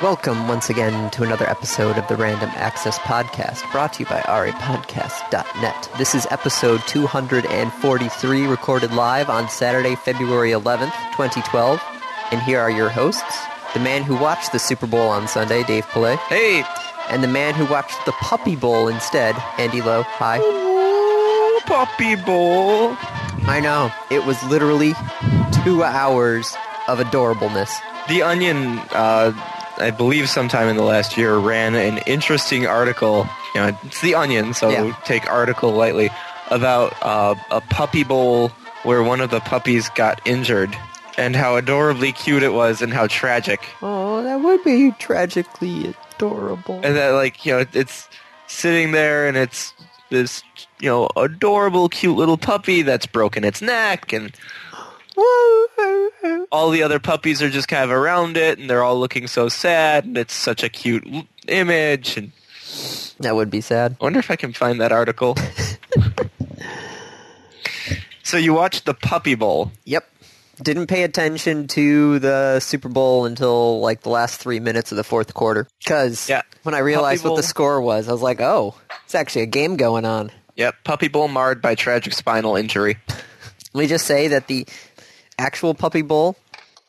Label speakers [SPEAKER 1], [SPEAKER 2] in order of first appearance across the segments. [SPEAKER 1] Welcome once again to another episode of the Random Access Podcast, brought to you by aripodcast.net. This is episode 243, recorded live on Saturday, February 11th, 2012. And here are your hosts the man who watched the Super Bowl on Sunday, Dave Pillay. Hey! And the man who watched the Puppy Bowl instead, Andy Lowe. Hi.
[SPEAKER 2] Puppy Bowl.
[SPEAKER 1] I know. It was literally two hours of adorableness.
[SPEAKER 2] The Onion, uh, I believe sometime in the last year, ran an interesting article. You know, it's The Onion, so
[SPEAKER 1] Yeah.
[SPEAKER 2] take article lightly, about uh, a puppy bowl where one of the puppies got injured and how adorably cute it was and how tragic.
[SPEAKER 1] Oh, that would be tragically adorable.
[SPEAKER 2] And that, like, you know, it's sitting there and it's this, you know, adorable, cute little puppy that's broken its neck and all the other puppies are just kind of around it and they're all looking so sad and it's such a cute l- image and
[SPEAKER 1] That would be sad.
[SPEAKER 2] I wonder if I can find that article. so you watched the Puppy Bowl.
[SPEAKER 1] Yep. Didn't pay attention to the Super Bowl until like the last three minutes of the fourth quarter. Because
[SPEAKER 2] Yeah.
[SPEAKER 1] when I realized
[SPEAKER 2] Puppy
[SPEAKER 1] what the
[SPEAKER 2] Bowl.
[SPEAKER 1] score was, I was like, oh, it's actually a game going on.
[SPEAKER 2] Yep, Puppy Bowl marred by tragic spinal injury.
[SPEAKER 1] Let me just say that the actual Puppy Bowl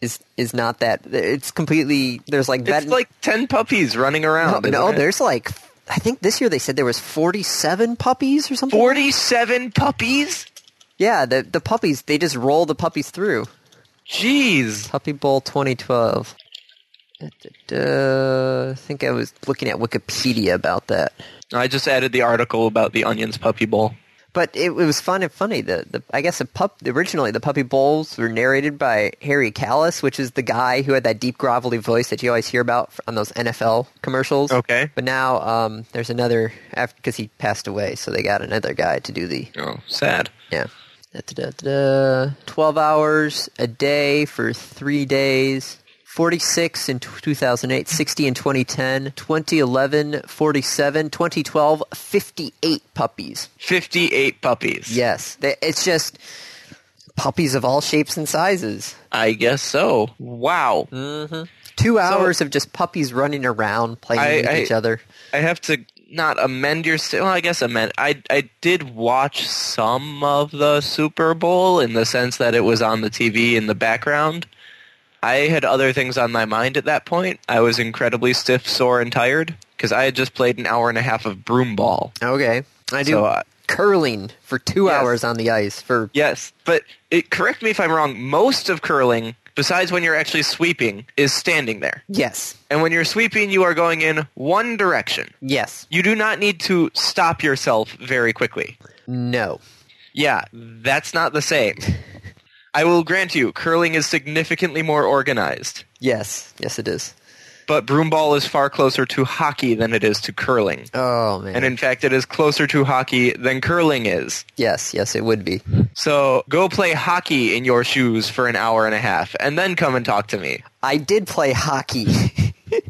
[SPEAKER 1] is is not that. It's completely. There's like
[SPEAKER 2] It's
[SPEAKER 1] vet-
[SPEAKER 2] like 10 puppies running
[SPEAKER 1] no,
[SPEAKER 2] around.
[SPEAKER 1] no,
[SPEAKER 2] isn't it?
[SPEAKER 1] there's like. I think this year they said there was 47 puppies or something.
[SPEAKER 2] 47 puppies?
[SPEAKER 1] Yeah, the the puppies. They just roll the puppies through.
[SPEAKER 2] Jeez.
[SPEAKER 1] Puppy Bowl 2012. Da, da, da. I think I was looking at Wikipedia about that.
[SPEAKER 2] I just added the article about the Onions Puppy Bowl.
[SPEAKER 1] But it, it was fun and funny. The, the I guess the pup originally the Puppy Bowls were narrated by Harry Callis, which is the guy who had that deep grovelly voice that you always hear about on those NFL commercials.
[SPEAKER 2] Okay.
[SPEAKER 1] But now um, there's another because he passed away, so they got another guy to do the
[SPEAKER 2] Oh, sad.
[SPEAKER 1] Yeah. Da-da-da-da-da. 12 hours a day for three days. 46 in 2008, 60 in 2010, 2011, 47, 2012, 58 puppies.
[SPEAKER 2] 58 puppies.
[SPEAKER 1] Yes. They- It's just puppies of all shapes and sizes.
[SPEAKER 2] I guess so. Wow.
[SPEAKER 1] Two hours of just puppies running around, playing
[SPEAKER 2] I-
[SPEAKER 1] with
[SPEAKER 2] I-
[SPEAKER 1] each other.
[SPEAKER 2] I have to not amend your. sta- Well, I guess amend. I I did watch some of the Super Bowl in the sense that it was on the TV in the background. I had other things on my mind at that point. I was incredibly stiff, sore, and tired because I had just played an hour and a half of broomball.
[SPEAKER 1] Okay. I do
[SPEAKER 2] So, uh,
[SPEAKER 1] curling for two
[SPEAKER 2] Yes.
[SPEAKER 1] hours on the ice for
[SPEAKER 2] Yes, but it, correct me if I'm wrong. Most of curling, besides when you're actually sweeping, is standing there.
[SPEAKER 1] yes,
[SPEAKER 2] And when you're sweeping, you are going in one direction.
[SPEAKER 1] yes,
[SPEAKER 2] You do not need to stop yourself very quickly.
[SPEAKER 1] no.
[SPEAKER 2] Yeah, that's not the same. I will grant you, curling is significantly more organized,
[SPEAKER 1] Yes, yes, it is.
[SPEAKER 2] but broomball is far closer to hockey than it is to curling.
[SPEAKER 1] Oh man!
[SPEAKER 2] And in fact, it is closer to hockey than curling is.
[SPEAKER 1] yes, yes, it would be.
[SPEAKER 2] So go play hockey in your shoes for an hour and a half, and then come and talk to me.
[SPEAKER 1] I did play hockey.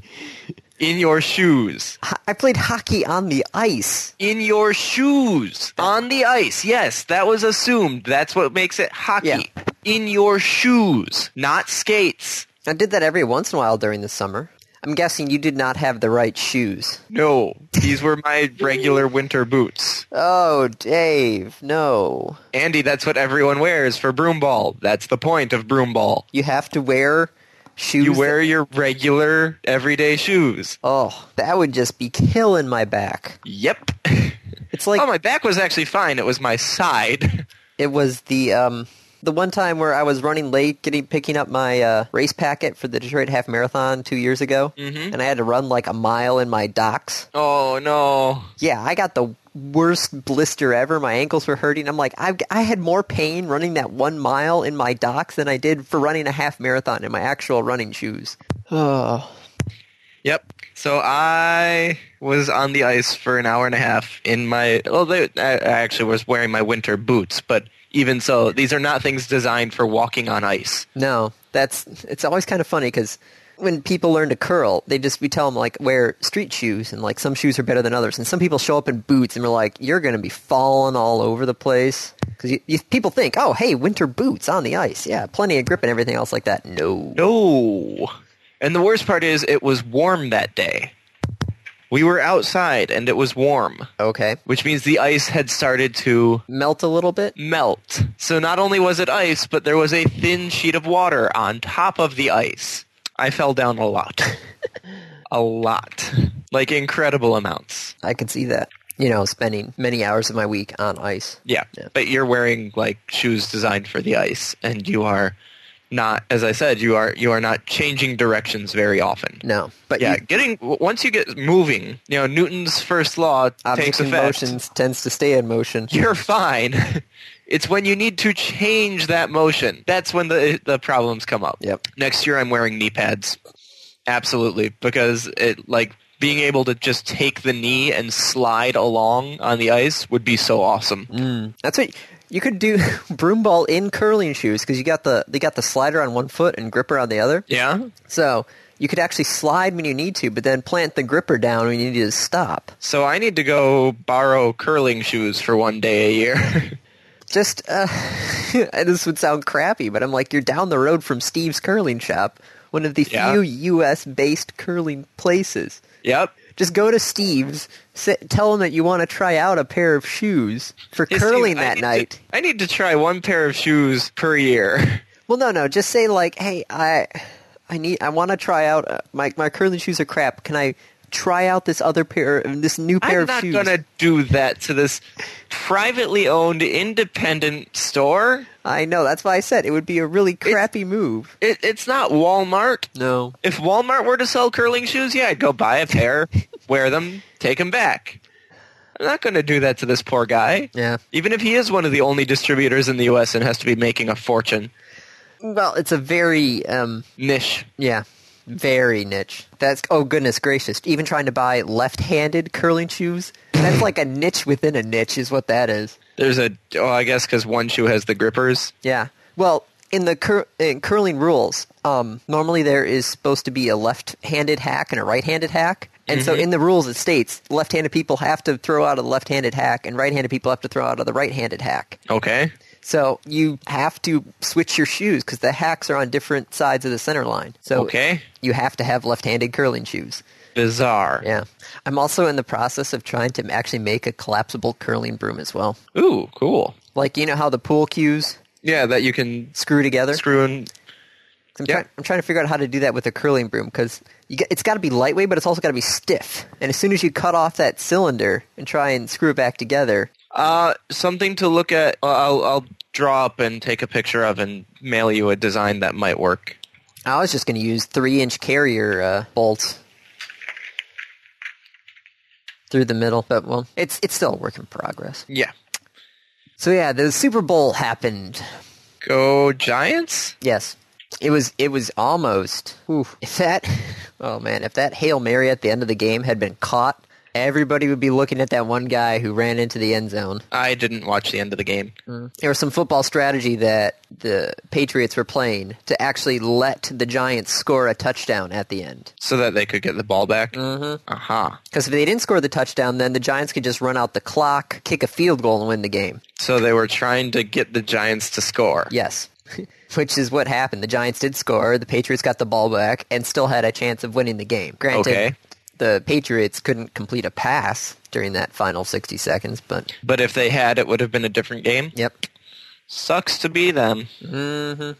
[SPEAKER 2] In your shoes.
[SPEAKER 1] I played hockey on the ice.
[SPEAKER 2] In your shoes. On the ice. Yes, that was assumed. That's what makes it hockey.
[SPEAKER 1] Yeah.
[SPEAKER 2] In your shoes. Not skates.
[SPEAKER 1] I did that every once in a while during the summer. I'm guessing you did not have the right shoes.
[SPEAKER 2] No, these were my regular winter boots.
[SPEAKER 1] Oh, Dave, no.
[SPEAKER 2] Andy, that's what everyone wears for broomball. That's the point of broomball.
[SPEAKER 1] You have to wear shoes.
[SPEAKER 2] You wear your regular everyday shoes.
[SPEAKER 1] Oh, that would just be killing my back.
[SPEAKER 2] Yep.
[SPEAKER 1] It's like
[SPEAKER 2] oh, my back was actually fine. It was my side.
[SPEAKER 1] it was the um the one time where I was running late, getting picking up my uh, race packet for the Detroit Half Marathon two years ago,
[SPEAKER 2] Mhm.
[SPEAKER 1] and I had to run like a mile in my docks.
[SPEAKER 2] Oh no.
[SPEAKER 1] Yeah, I got the worst blister ever. My ankles were hurting. I'm like, I, I had more pain running that one mile in my docks than I did for running a half marathon in my actual running shoes. Oh,
[SPEAKER 2] Yep. So I was on the ice for an hour and a half in my. Well, they, I I actually was wearing my winter boots, but even so, these are not things designed for walking on ice.
[SPEAKER 1] no, that's it's always kind of funny because when people learn to curl, they just we tell them like wear street shoes and like some shoes are better than others, and some people show up in boots and we're like, you're going to be falling all over the place because you, you, people think, oh hey, winter boots on the ice, yeah, plenty of grip and everything else like that. No,
[SPEAKER 2] No. And the worst part is, it was warm that day. We were outside and it was warm,
[SPEAKER 1] Okay.
[SPEAKER 2] which means the ice had started to
[SPEAKER 1] Melt a little bit?
[SPEAKER 2] melt. So not only was it ice, but there was a thin sheet of water on top of the ice. I fell down a lot. a lot. Like incredible amounts.
[SPEAKER 1] I can see that. You know, spending many hours of my week on ice.
[SPEAKER 2] Yeah.
[SPEAKER 1] Yeah.
[SPEAKER 2] But you're wearing like shoes designed for the ice and you are not as I said, you are you are not changing directions very often.
[SPEAKER 1] No. But
[SPEAKER 2] Yeah,
[SPEAKER 1] you,
[SPEAKER 2] Uh, getting w- once you get moving, you know, Newton's first law
[SPEAKER 1] object
[SPEAKER 2] takes
[SPEAKER 1] in
[SPEAKER 2] effect.
[SPEAKER 1] motion tends to stay in motion.
[SPEAKER 2] You're fine. It's when you need to change that motion. That's when the the problems come up.
[SPEAKER 1] Yep.
[SPEAKER 2] Next year I'm wearing knee pads. Absolutely, because it like being able to just take the knee and slide along on the ice would be so awesome.
[SPEAKER 1] Mm. That's what you could do broomball in curling shoes because you got the they got the slider on one foot and gripper on the other.
[SPEAKER 2] Yeah.
[SPEAKER 1] So you could actually slide when you need to, but then plant the gripper down when you need to stop.
[SPEAKER 2] So I need to go borrow curling shoes for one day a year.
[SPEAKER 1] Just uh, this would sound crappy, but I'm like you're down the road from Steve's curling shop, one of the
[SPEAKER 2] Yeah.
[SPEAKER 1] few U.S. based curling places.
[SPEAKER 2] yep.
[SPEAKER 1] Just go to Steve's, sit, tell him that you want to try out a pair of shoes for
[SPEAKER 2] Hey, Steve,
[SPEAKER 1] curling
[SPEAKER 2] I
[SPEAKER 1] that
[SPEAKER 2] need to-
[SPEAKER 1] night.
[SPEAKER 2] I need to try one pair of shoes per year.
[SPEAKER 1] Well, no, no. Just say like, hey, I, I need, I want to try out uh, my my curling shoes are crap. Can I try out this other pair, uh, this new pair
[SPEAKER 2] I'm
[SPEAKER 1] of
[SPEAKER 2] not
[SPEAKER 1] shoes?
[SPEAKER 2] gonna do that to this privately owned independent store.
[SPEAKER 1] I know. That's why I said it would be a really crappy move.
[SPEAKER 2] It, it's not Walmart.
[SPEAKER 1] No.
[SPEAKER 2] If Walmart were to sell curling shoes, yeah, I'd go buy a pair, wear them, take them back. I'm not gonna do that to this poor guy.
[SPEAKER 1] Yeah.
[SPEAKER 2] Even if he is one of the only distributors in the U.S. and has to be making a fortune,
[SPEAKER 1] Well, it's a very, um,
[SPEAKER 2] niche.
[SPEAKER 1] yeah, very niche. That's oh goodness gracious. Even trying to buy left-handed curling shoes, that's like a niche within a niche, is what that is.
[SPEAKER 2] There's a oh, I guess because one shoe has the grippers.
[SPEAKER 1] Yeah. Well, in the cur- in curling rules, um, normally there is supposed to be a left-handed hack and a right-handed hack. And so in the rules it states left-handed people have to throw out of the left-handed hack and right-handed people have to throw out of the right-handed hack.
[SPEAKER 2] Okay.
[SPEAKER 1] So you have to switch your shoes because the hacks are on different sides of the center line. So
[SPEAKER 2] Okay.
[SPEAKER 1] you have to have left-handed curling shoes.
[SPEAKER 2] Bizarre.
[SPEAKER 1] Yeah. I'm also in the process of trying to actually make a collapsible curling broom as well.
[SPEAKER 2] Ooh, cool.
[SPEAKER 1] Like you know how the pool cues
[SPEAKER 2] Yeah, that you can
[SPEAKER 1] screw together?
[SPEAKER 2] screw in.
[SPEAKER 1] I'm,
[SPEAKER 2] Yeah.
[SPEAKER 1] trying, I'm trying to figure out how to do that with a curling broom because it's got to be lightweight, but it's also got to be stiff. And as soon as you cut off that cylinder and try and screw it back together,
[SPEAKER 2] Uh, something to look at. Uh, I'll, I'll draw up and take a picture of and mail you a design that might work.
[SPEAKER 1] I was just going to use three inch carrier uh, bolts through the middle. But well, it's it's still a work in progress.
[SPEAKER 2] Yeah.
[SPEAKER 1] So yeah, the Super Bowl happened.
[SPEAKER 2] Go Giants?
[SPEAKER 1] Yes, it was it was almost. Oof. If that, oh man, if that hail mary at the end of the game had been caught. Everybody would be looking at that one guy who ran into the end zone.
[SPEAKER 2] I didn't watch the end of the game.
[SPEAKER 1] there was some football strategy that the Patriots were playing to actually let the Giants score a touchdown at the end.
[SPEAKER 2] So that they could get the ball back? Mm-hmm. Aha.
[SPEAKER 1] Because if they didn't score the touchdown, then the Giants could just run out the clock, kick a field goal, and win the game.
[SPEAKER 2] So they were trying to get the Giants to score.
[SPEAKER 1] Yes. Which is what happened. The Giants did score. The Patriots got the ball back and still had a chance of winning the game. Granted,
[SPEAKER 2] Okay.
[SPEAKER 1] the Patriots couldn't complete a pass during that final 60 seconds, but
[SPEAKER 2] But if they had, it would have been a different game.
[SPEAKER 1] yep.
[SPEAKER 2] Sucks to be them.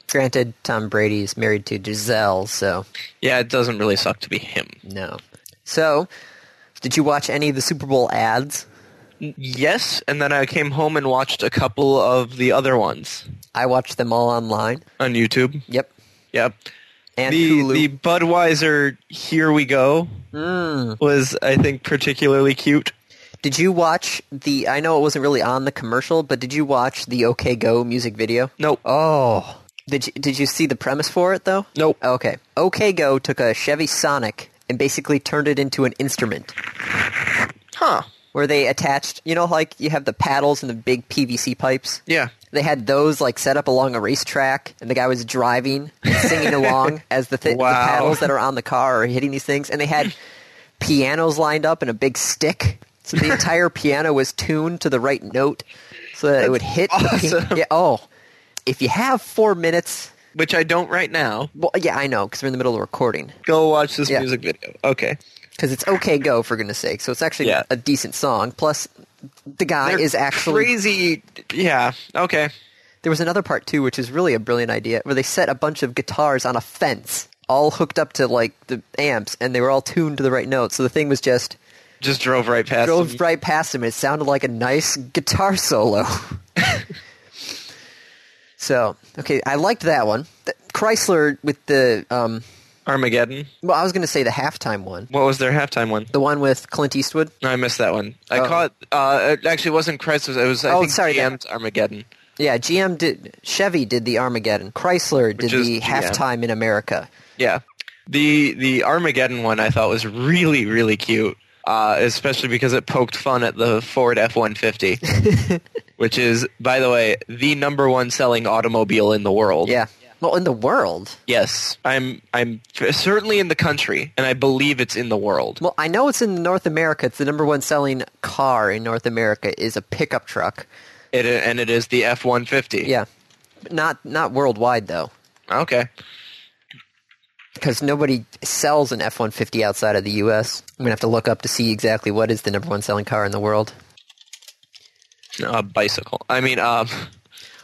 [SPEAKER 1] Granted, Tom Brady is married to Giselle, so
[SPEAKER 2] Yeah, it doesn't really suck to be him.
[SPEAKER 1] No. So, did you watch any of the Super Bowl ads?
[SPEAKER 2] Yes, and then I came home and watched a couple of the other ones
[SPEAKER 1] I watched them all online.
[SPEAKER 2] on YouTube.
[SPEAKER 1] Yep.
[SPEAKER 2] Yep.
[SPEAKER 1] And
[SPEAKER 2] the,
[SPEAKER 1] Hulu.
[SPEAKER 2] the Budweiser Here We Go
[SPEAKER 1] Mm.
[SPEAKER 2] was, I think, particularly cute.
[SPEAKER 1] Did you watch the? I know it wasn't really on the commercial, but did you watch the OK Go music video?
[SPEAKER 2] Nope.
[SPEAKER 1] Oh. Did you, did you see the premise for it though?
[SPEAKER 2] Nope.
[SPEAKER 1] Okay. OK Go took a Chevy Sonic and basically turned it into an instrument
[SPEAKER 2] Huh.
[SPEAKER 1] where they attached, you know, like you have the paddles and the big PVC pipes.
[SPEAKER 2] Yeah.
[SPEAKER 1] They had those like set up along a racetrack, and the guy was driving, and singing along as the, th- the
[SPEAKER 2] Wow.
[SPEAKER 1] paddles that are on the car are hitting these things. And they had pianos lined up and a big stick, so the entire piano was tuned to the right note, so that it would hit. The
[SPEAKER 2] awesome.
[SPEAKER 1] pi- yeah, oh, if you have four minutes
[SPEAKER 2] which I don't right now.
[SPEAKER 1] Well, yeah, I know because we're in the middle of recording.
[SPEAKER 2] Go watch this
[SPEAKER 1] Yeah.
[SPEAKER 2] music video. Okay.
[SPEAKER 1] Because it's "Okay Go" for goodness' sake. So it's actually
[SPEAKER 2] Yeah.
[SPEAKER 1] a decent song. Plus, the guy
[SPEAKER 2] They're
[SPEAKER 1] is actually
[SPEAKER 2] crazy. Yeah. Okay.
[SPEAKER 1] There was another part too, which is really a brilliant idea, where they set a bunch of guitars on a fence, all hooked up to like the amps, and they were all tuned to the right note. So the thing was just
[SPEAKER 2] Just drove right past.
[SPEAKER 1] drove
[SPEAKER 2] them.
[SPEAKER 1] right past him. And it sounded like a nice guitar solo. so okay, I liked that one. The- Chrysler with the um,
[SPEAKER 2] Armageddon.
[SPEAKER 1] well, I was going to say the halftime one,
[SPEAKER 2] What was their halftime one?
[SPEAKER 1] the one with Clint Eastwood.
[SPEAKER 2] No, I missed that one. I
[SPEAKER 1] Oh.
[SPEAKER 2] caught. Uh, it actually wasn't Chrysler's. It was I
[SPEAKER 1] Oh,
[SPEAKER 2] think
[SPEAKER 1] sorry, that-
[SPEAKER 2] GM's Armageddon.
[SPEAKER 1] Yeah, GM did Chevy did the Armageddon. Chrysler did
[SPEAKER 2] is
[SPEAKER 1] the
[SPEAKER 2] GM.
[SPEAKER 1] halftime in America.
[SPEAKER 2] Yeah. The the Armageddon one I thought was really really cute, uh, especially because it poked fun at the Ford F one fifty, which is by the way the number one selling automobile in the world.
[SPEAKER 1] Yeah. Well, in the world.
[SPEAKER 2] Yes, I'm I'm certainly in the country, and I believe it's in the world.
[SPEAKER 1] Well, I know it's in North America. It's the number one selling car in North America is a pickup truck.
[SPEAKER 2] It and it is the F one fifty.
[SPEAKER 1] Yeah, not not worldwide though,
[SPEAKER 2] Okay.
[SPEAKER 1] because nobody sells an F one fifty outside of the U.S. I'm gonna have to look up to see exactly what is the number one selling car in the world.
[SPEAKER 2] A bicycle. I mean, um,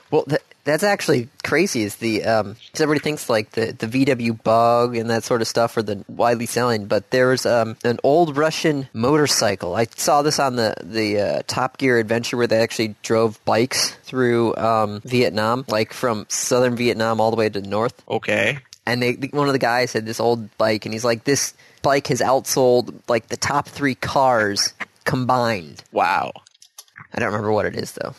[SPEAKER 1] Well, th- that's actually crazy. Is the because everybody thinks like the the VW Bug and that sort of stuff are the widely selling, but there's um, an old Russian motorcycle. I saw this on the the uh, Top Gear adventure where they actually drove bikes through um, Vietnam, like from southern Vietnam all the way to north.
[SPEAKER 2] okay.
[SPEAKER 1] And they one of the guys had this old bike, and he's like, "This bike has outsold like the top three cars combined."
[SPEAKER 2] Wow.
[SPEAKER 1] I don't remember what it is though.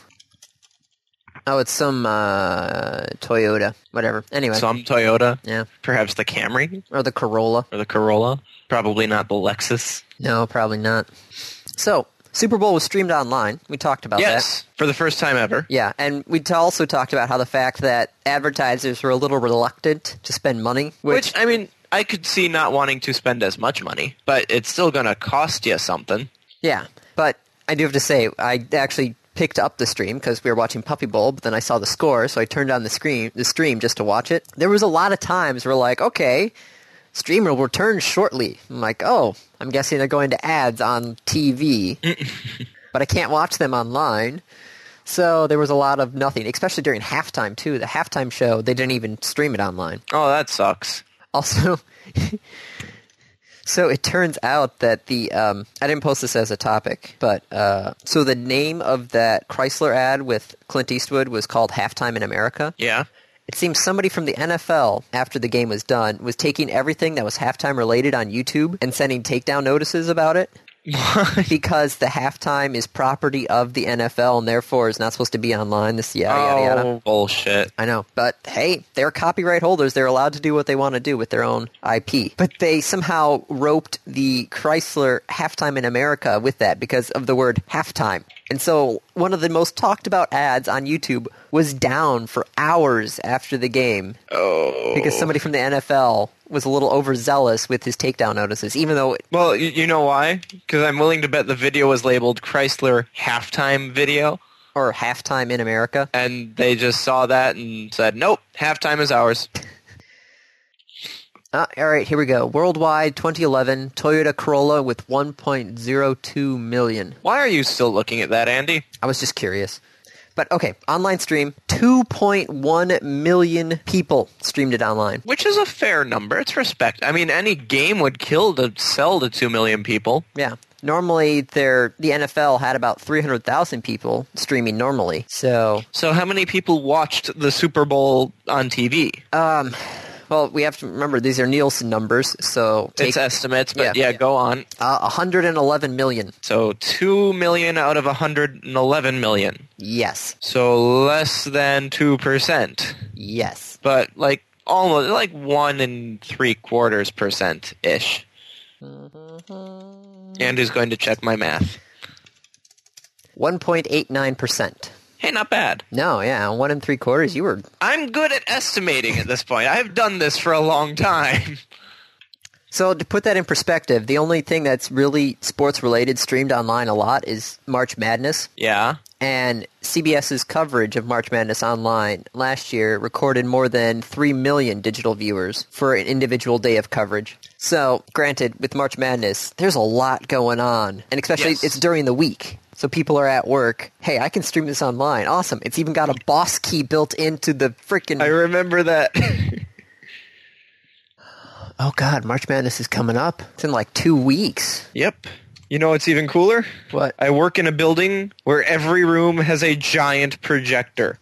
[SPEAKER 1] Oh, it's some uh, Toyota, whatever. Anyway,
[SPEAKER 2] Some Toyota,
[SPEAKER 1] yeah,
[SPEAKER 2] perhaps the Camry
[SPEAKER 1] or the Corolla.
[SPEAKER 2] or the Corolla. Probably not the Lexus.
[SPEAKER 1] No, probably not. So Super Bowl was streamed online. We talked about that.
[SPEAKER 2] Yes, for the first time ever.
[SPEAKER 1] Yeah, and we t- also talked about how the fact that advertisers were a little reluctant to spend money, which,
[SPEAKER 2] Which I mean, I could see not wanting to spend as much money, but it's still going to cost you something.
[SPEAKER 1] yeah, but I do have to say I actually picked up the stream because we were watching Puppy Bowl, but then I saw the score, so I turned on the screen the stream just to watch it. There was a lot of times where like, okay, stream will return shortly. I'm like, oh, I'm guessing they're going to ads on TV, but I can't watch them online. So there was a lot of nothing, especially during halftime too. The halftime show, they didn't even stream it online.
[SPEAKER 2] Oh, that sucks.
[SPEAKER 1] Also, so it turns out that the um, I didn't post this as a topic, but uh, so the name of that Chrysler ad with Clint Eastwood was called "Halftime in America."
[SPEAKER 2] Yeah.
[SPEAKER 1] It seems somebody from the NFL, after the game was done, was taking everything that was halftime related on YouTube and sending takedown notices about it. because the halftime is property of the NFL and therefore is not supposed to be online. This yada yada yada.
[SPEAKER 2] Oh, bullshit.
[SPEAKER 1] I know, but hey, they're copyright holders. They're allowed to do what they want to do with their own IP. But they somehow roped the Chrysler halftime in America with that because of the word halftime. And so one of the most talked about ads on YouTube was down for hours after the game
[SPEAKER 2] Oh.
[SPEAKER 1] because somebody from the NFL was a little overzealous with his takedown notices, even though
[SPEAKER 2] Well, you, you know why? Because I'm willing to bet the video was labeled Chrysler halftime video,
[SPEAKER 1] or halftime in America.
[SPEAKER 2] and they just saw that and said, "Nope, halftime is ours."
[SPEAKER 1] Uh, all right, here we go. Worldwide 2011 Toyota Corolla with 1.02 million.
[SPEAKER 2] Why are you still looking at that, Andy?
[SPEAKER 1] I was just curious. But okay, online stream 2.1 million people streamed it online.
[SPEAKER 2] Which is a fair number. It's respect. I mean, any game would kill to sell to two million people.
[SPEAKER 1] Yeah. Normally their the NFL had about 300,000 people streaming normally. So,
[SPEAKER 2] So how many people watched the Super Bowl on TV?
[SPEAKER 1] well, we have to remember these are Nielsen numbers, so take
[SPEAKER 2] it's estimates, but
[SPEAKER 1] yeah.
[SPEAKER 2] yeah, go on.
[SPEAKER 1] uh, 111 million.
[SPEAKER 2] So 2 million out of 111 million.
[SPEAKER 1] Yes.
[SPEAKER 2] So less than 2%.
[SPEAKER 1] Yes.
[SPEAKER 2] But like almost like 1 and 3 quarters percent ish.
[SPEAKER 1] Mm-hmm.
[SPEAKER 2] Andy's going to check my math.
[SPEAKER 1] 1.89%.
[SPEAKER 2] Hey, not bad.
[SPEAKER 1] No, yeah, one and three quarters. You were
[SPEAKER 2] I'm good at estimating at this point. I've done this for a long time.
[SPEAKER 1] So to put that in perspective, the only thing that's really sports related streamed online a lot is March Madness,
[SPEAKER 2] Yeah.
[SPEAKER 1] And CBS's coverage of March Madness Online last year recorded more than 3 million digital viewers for an individual day of coverage. So, granted, with March Madness, there's a lot going on, and especially
[SPEAKER 2] Yes.
[SPEAKER 1] it's during the week. So people are at work. Hey, I can stream this online. Awesome. It's even got a boss key built into the freaking.
[SPEAKER 2] I remember that.
[SPEAKER 1] oh, God. March Madness is coming up. It's in like two weeks.
[SPEAKER 2] yep. You know what's even cooler?
[SPEAKER 1] What?
[SPEAKER 2] I work in a building where every room has a giant projector.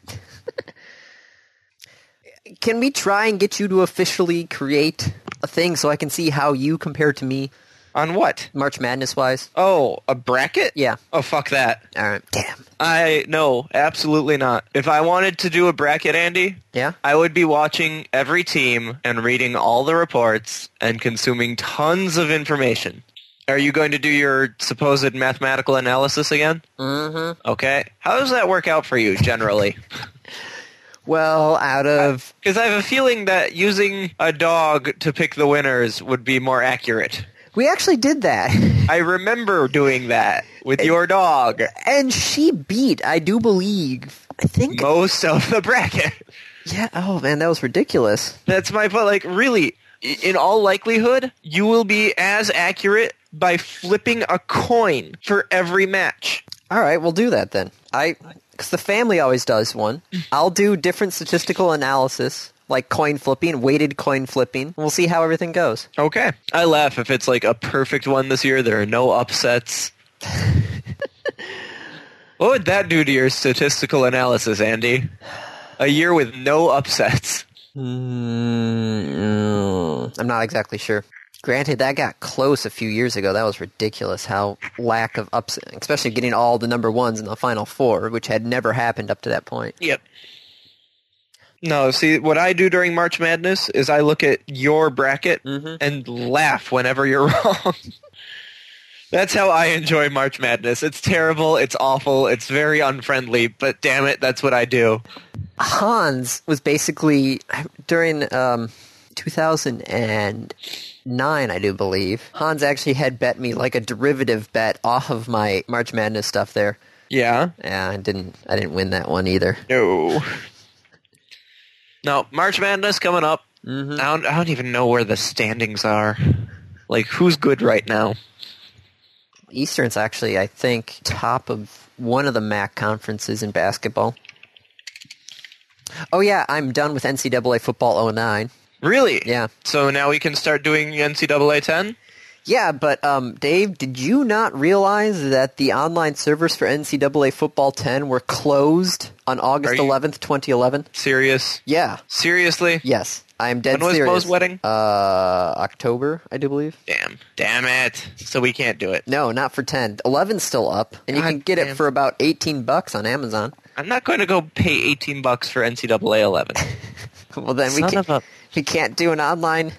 [SPEAKER 1] Can we try and get you to officially create a thing so I can see how you compare to me,
[SPEAKER 2] On what?
[SPEAKER 1] March Madness wise?
[SPEAKER 2] Oh, a bracket?
[SPEAKER 1] Yeah.
[SPEAKER 2] Oh, fuck that.
[SPEAKER 1] All right. Damn.
[SPEAKER 2] I no, absolutely not. If I wanted to do a bracket, Andy,
[SPEAKER 1] Yeah?
[SPEAKER 2] I would be watching every team and reading all the reports and consuming tons of information. Are you going to do your supposed mathematical analysis again?
[SPEAKER 1] Mm-hmm.
[SPEAKER 2] Okay. How does that work out for you generally?
[SPEAKER 1] Well, out of
[SPEAKER 2] Because I have a feeling that using a dog to pick the winners would be more accurate.
[SPEAKER 1] we actually did that,
[SPEAKER 2] I remember doing that with your dog
[SPEAKER 1] and she beat. I do believe. I think.
[SPEAKER 2] most of the bracket.
[SPEAKER 1] Yeah. Oh man, that was ridiculous.
[SPEAKER 2] That's my point. Like, really, i- in all likelihood, you will be as accurate by flipping a coin for every match.
[SPEAKER 1] All right, we'll do that then. I because the family always does one. I'll do different statistical analysis. Like coin flipping, weighted coin flipping. We'll see how everything goes.
[SPEAKER 2] Okay. I laugh if it's like a perfect one this year. There are no upsets. what would that do to your statistical analysis, Andy? A year with no upsets.
[SPEAKER 1] Mm, I'm not exactly sure. Granted, that got close a few years ago. That was ridiculous. How lack of ups, especially getting all the number ones in the final four, which had never happened up to that point.
[SPEAKER 2] Yep. No, see, what I do during March Madness is I look at your bracket
[SPEAKER 1] Mhm.
[SPEAKER 2] and laugh whenever you're wrong. that's how I enjoy March Madness. It's terrible, it's awful, it's very unfriendly, but damn it, that's what I do.
[SPEAKER 1] Hans was basically during um, 2009, I do believe. Hans actually had bet me like a derivative bet off of my March Madness stuff there.
[SPEAKER 2] Yeah?
[SPEAKER 1] Yeah, I didn't. I didn't win that one either.
[SPEAKER 2] No. No, March Madness coming up.
[SPEAKER 1] Mhm.
[SPEAKER 2] I, don't, I don't even know where the standings are. Like, who's good right now?
[SPEAKER 1] Eastern's actually, I think, top of one of the MAC conferences in basketball. Oh yeah, I'm done with NCAA football 09.
[SPEAKER 2] Really?
[SPEAKER 1] Yeah,
[SPEAKER 2] So now we can start doing NCAA 10?
[SPEAKER 1] yeah, but um, Dave, did you not realize that the online servers for NCAA football 10 were closed on August
[SPEAKER 2] Are you-
[SPEAKER 1] 11th, 2011?
[SPEAKER 2] Serious?
[SPEAKER 1] Yeah,
[SPEAKER 2] Seriously?
[SPEAKER 1] yes, I'm dead
[SPEAKER 2] When was
[SPEAKER 1] serious.
[SPEAKER 2] Mo's wedding?
[SPEAKER 1] Uh, October, I do believe.
[SPEAKER 2] Damn. Damn it. So we can't do it.
[SPEAKER 1] No, not for 10. 11's still up, and you
[SPEAKER 2] God
[SPEAKER 1] can get it
[SPEAKER 2] damn.
[SPEAKER 1] for about 18 bucks on Amazon.
[SPEAKER 2] I'm not going to go pay 18 bucks for NCAA 11.
[SPEAKER 1] Well, then we
[SPEAKER 2] Son
[SPEAKER 1] can't,
[SPEAKER 2] of a-
[SPEAKER 1] we can't do an online.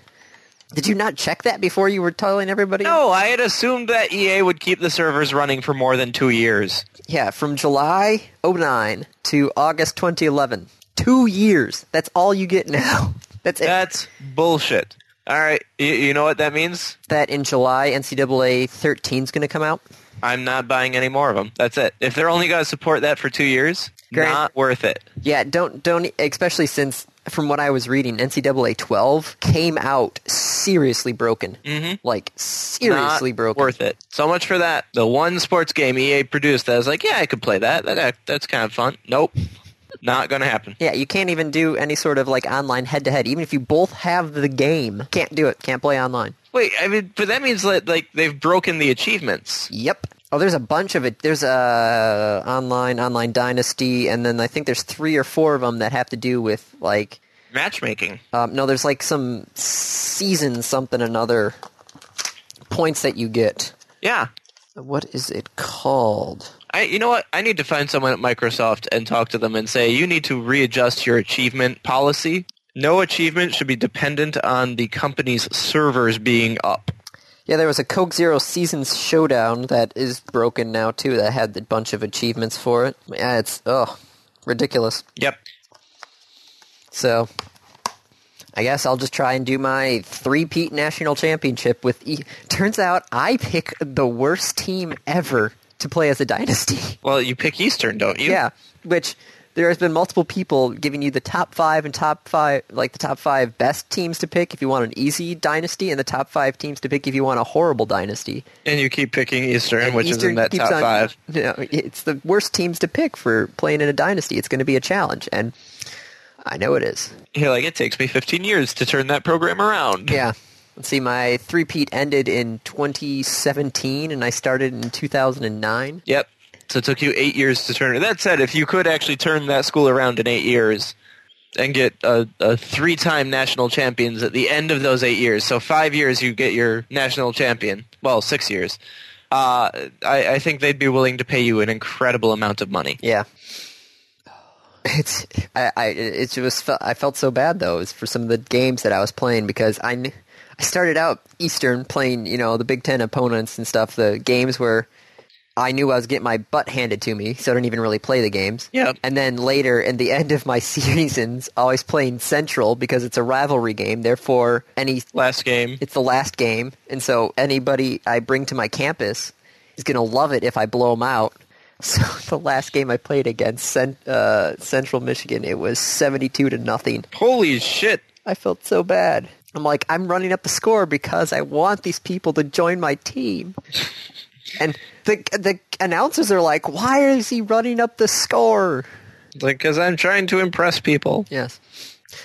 [SPEAKER 1] Did you not check that before you were telling everybody?
[SPEAKER 2] no, I had assumed that EA would keep the servers running for more than two years.
[SPEAKER 1] Yeah, from July 09 to August 2011. Two years. That's all you get now. That's it.
[SPEAKER 2] That's bullshit. All right. You, you know what that means?
[SPEAKER 1] That in July, NCAA 13 is going to come out.
[SPEAKER 2] I'm not buying any more of them. That's it. If they're only going to support that for two years,
[SPEAKER 1] Grant-
[SPEAKER 2] not worth it.
[SPEAKER 1] Yeah, don't don't. Especially since, from what I was reading, NCAA 12 came out seriously broken. Mm-hmm. Like seriously
[SPEAKER 2] not
[SPEAKER 1] broken.
[SPEAKER 2] Worth it. So much for that. The one sports game EA produced that I was like, yeah, I could play that. that, that that's kind of fun. Nope. Not going to happen.
[SPEAKER 1] Yeah, you can't even do any sort of like online head to head. Even if you both have the game, can't do it. Can't play online.
[SPEAKER 2] Wait, I mean, but that means that like they've broken the achievements.
[SPEAKER 1] Yep. Oh, there's a bunch of it. There's uh, online, online dynasty, and then I think there's three or four of them that have to do with like
[SPEAKER 2] Matchmaking.
[SPEAKER 1] um, no, there's like some season something another points that you get.
[SPEAKER 2] Yeah.
[SPEAKER 1] What is it called?
[SPEAKER 2] I, you know what? I need to find someone at Microsoft and talk to them and say, you need to readjust your achievement policy. No achievement should be dependent on the company's servers being up.
[SPEAKER 1] Yeah, there was a Coke Zero Seasons Showdown that is broken now too. That had a bunch of achievements for it. Yeah, it's oh ridiculous.
[SPEAKER 2] Yep.
[SPEAKER 1] So I guess I'll just try and do my three-peat national championship with E. Turns out I pick the worst team ever to play as a dynasty.
[SPEAKER 2] Well, you pick Eastern, don't you?
[SPEAKER 1] yeah, which there has been multiple people giving you the top five and top five, like the top five best teams to pick if you want an easy dynasty, and the top five teams to pick if you want a horrible dynasty.
[SPEAKER 2] And you keep picking Eastern,
[SPEAKER 1] And
[SPEAKER 2] which is
[SPEAKER 1] Eastern
[SPEAKER 2] in that
[SPEAKER 1] keeps
[SPEAKER 2] top
[SPEAKER 1] on-
[SPEAKER 2] five.
[SPEAKER 1] No, it's the worst teams to pick for playing in a dynasty. It's going to be a challenge, and I know it is.
[SPEAKER 2] You're like, it takes me 15 years to turn that program around.
[SPEAKER 1] Yeah. Let's see, my three-peat ended in 2017, and I started in 2009.
[SPEAKER 2] Yep. So it took you eight years to turn it. That said, if you could actually turn that school around in eight years and get a, a three-time national champions at the end of those eight years, so five years you get your national champion. Well, six years. Uh, I, I think they'd be willing to pay you an incredible amount of money.
[SPEAKER 1] Yeah. It's I, I it was fe- I felt so bad though it was for some of the games that I was playing because I kn- I started out Eastern playing you know the Big Ten opponents and stuff the games where I knew I was getting my butt handed to me so I didn't even really play the games
[SPEAKER 2] Yeah.
[SPEAKER 1] and then later in the end of my seasons always playing Central because it's a rivalry game therefore any
[SPEAKER 2] Last game.
[SPEAKER 1] it's the last game, and so anybody I bring to my campus is going to love it if I blow them out. So the last game I played against Cent- uh, Central Michigan, it was seventy-two to nothing.
[SPEAKER 2] Holy shit.
[SPEAKER 1] I felt so bad. I'm like, I'm running up the score because I want these people to join my team. And the the announcers are like, "Why is he running up the score?"
[SPEAKER 2] Like, because I'm trying to impress people.
[SPEAKER 1] Yes.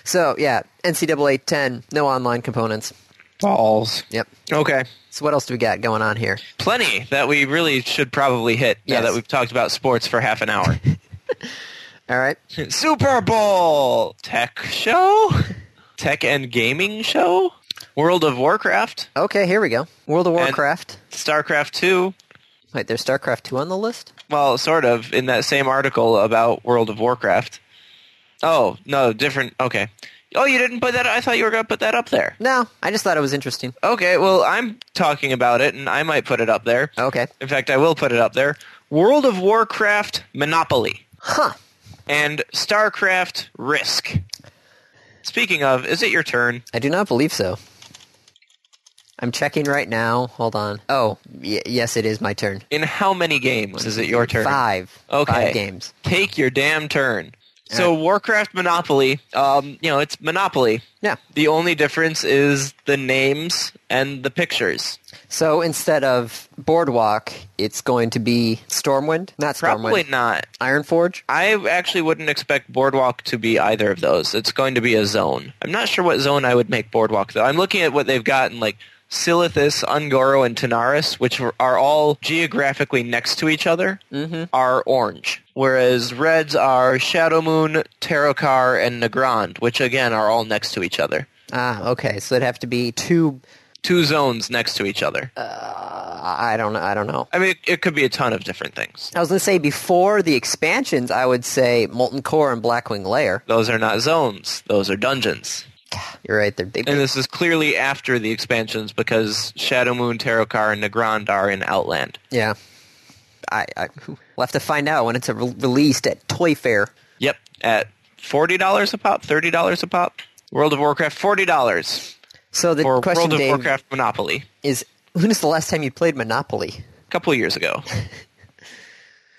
[SPEAKER 1] So yeah, NCAA 10, no online components.
[SPEAKER 2] Balls.
[SPEAKER 1] Yep.
[SPEAKER 2] Okay.
[SPEAKER 1] So what else do we got going on here?
[SPEAKER 2] Plenty that we really should probably hit
[SPEAKER 1] Yes.
[SPEAKER 2] now that we've talked about sports for half an hour.
[SPEAKER 1] All right.
[SPEAKER 2] Super Bowl tech show, tech and gaming show, World of Warcraft,
[SPEAKER 1] Okay, here we go. World of
[SPEAKER 2] And-
[SPEAKER 1] Warcraft.
[SPEAKER 2] StarCraft 2.
[SPEAKER 1] Wait, there's StarCraft 2 on the list?
[SPEAKER 2] Well, sort of in that same article about World of Warcraft. Oh, no, different. Okay. Oh, you didn't put that I thought you were going to put that up there.
[SPEAKER 1] No, I just thought it was interesting.
[SPEAKER 2] Okay, well, I'm talking about it and I might put it up there.
[SPEAKER 1] Okay.
[SPEAKER 2] In fact, I will put it up there. World of Warcraft Monopoly
[SPEAKER 1] Huh.
[SPEAKER 2] and StarCraft Risk. Speaking of, is it your turn?
[SPEAKER 1] I do not believe so. I'm checking right now. Hold on. Oh, y- yes, it is my turn.
[SPEAKER 2] In how many games is it your turn?
[SPEAKER 1] Five.
[SPEAKER 2] Okay.
[SPEAKER 1] Five games.
[SPEAKER 2] Take your damn turn. So Warcraft Monopoly, um, you know, it's Monopoly.
[SPEAKER 1] Yeah.
[SPEAKER 2] The only difference is the names and the pictures.
[SPEAKER 1] So instead of Boardwalk, it's going to be Stormwind? Not
[SPEAKER 2] Probably
[SPEAKER 1] Stormwind.
[SPEAKER 2] not.
[SPEAKER 1] Ironforge?
[SPEAKER 2] I actually wouldn't expect Boardwalk to be either of those. It's going to be a zone. I'm not sure what zone I would make Boardwalk though. I'm looking at what they've gotten like Silithus, Ungoro, and Tanaris, which were- are all geographically next to each other, are orange. Whereas reds are Shadowmoon, Terokar, and Nagrand, which again are all next to each other.
[SPEAKER 1] Ah, okay. So it'd have to be two.
[SPEAKER 2] Two zones next to each other.
[SPEAKER 1] I I don't know. I don't know.
[SPEAKER 2] I mean, it, it could be a ton of different things.
[SPEAKER 1] I was going to say before the expansions, I would say Molten Core and Blackwing Lair.
[SPEAKER 2] Those are not zones. Those are dungeons.
[SPEAKER 1] You're right. They're, they
[SPEAKER 2] And this is clearly after the expansions because Shadow Moon, Terokar, and Nagrand are in Outland.
[SPEAKER 1] Yeah. I, I we'll have to find out when it's a re- released at Toy Fair.
[SPEAKER 2] Yep, at forty dollars a pop, thirty dollars a pop. World of Warcraft, forty dollars
[SPEAKER 1] So the
[SPEAKER 2] for
[SPEAKER 1] question,
[SPEAKER 2] World of
[SPEAKER 1] Dave,
[SPEAKER 2] Warcraft Monopoly.
[SPEAKER 1] is when is the last time you played Monopoly?
[SPEAKER 2] A couple years ago.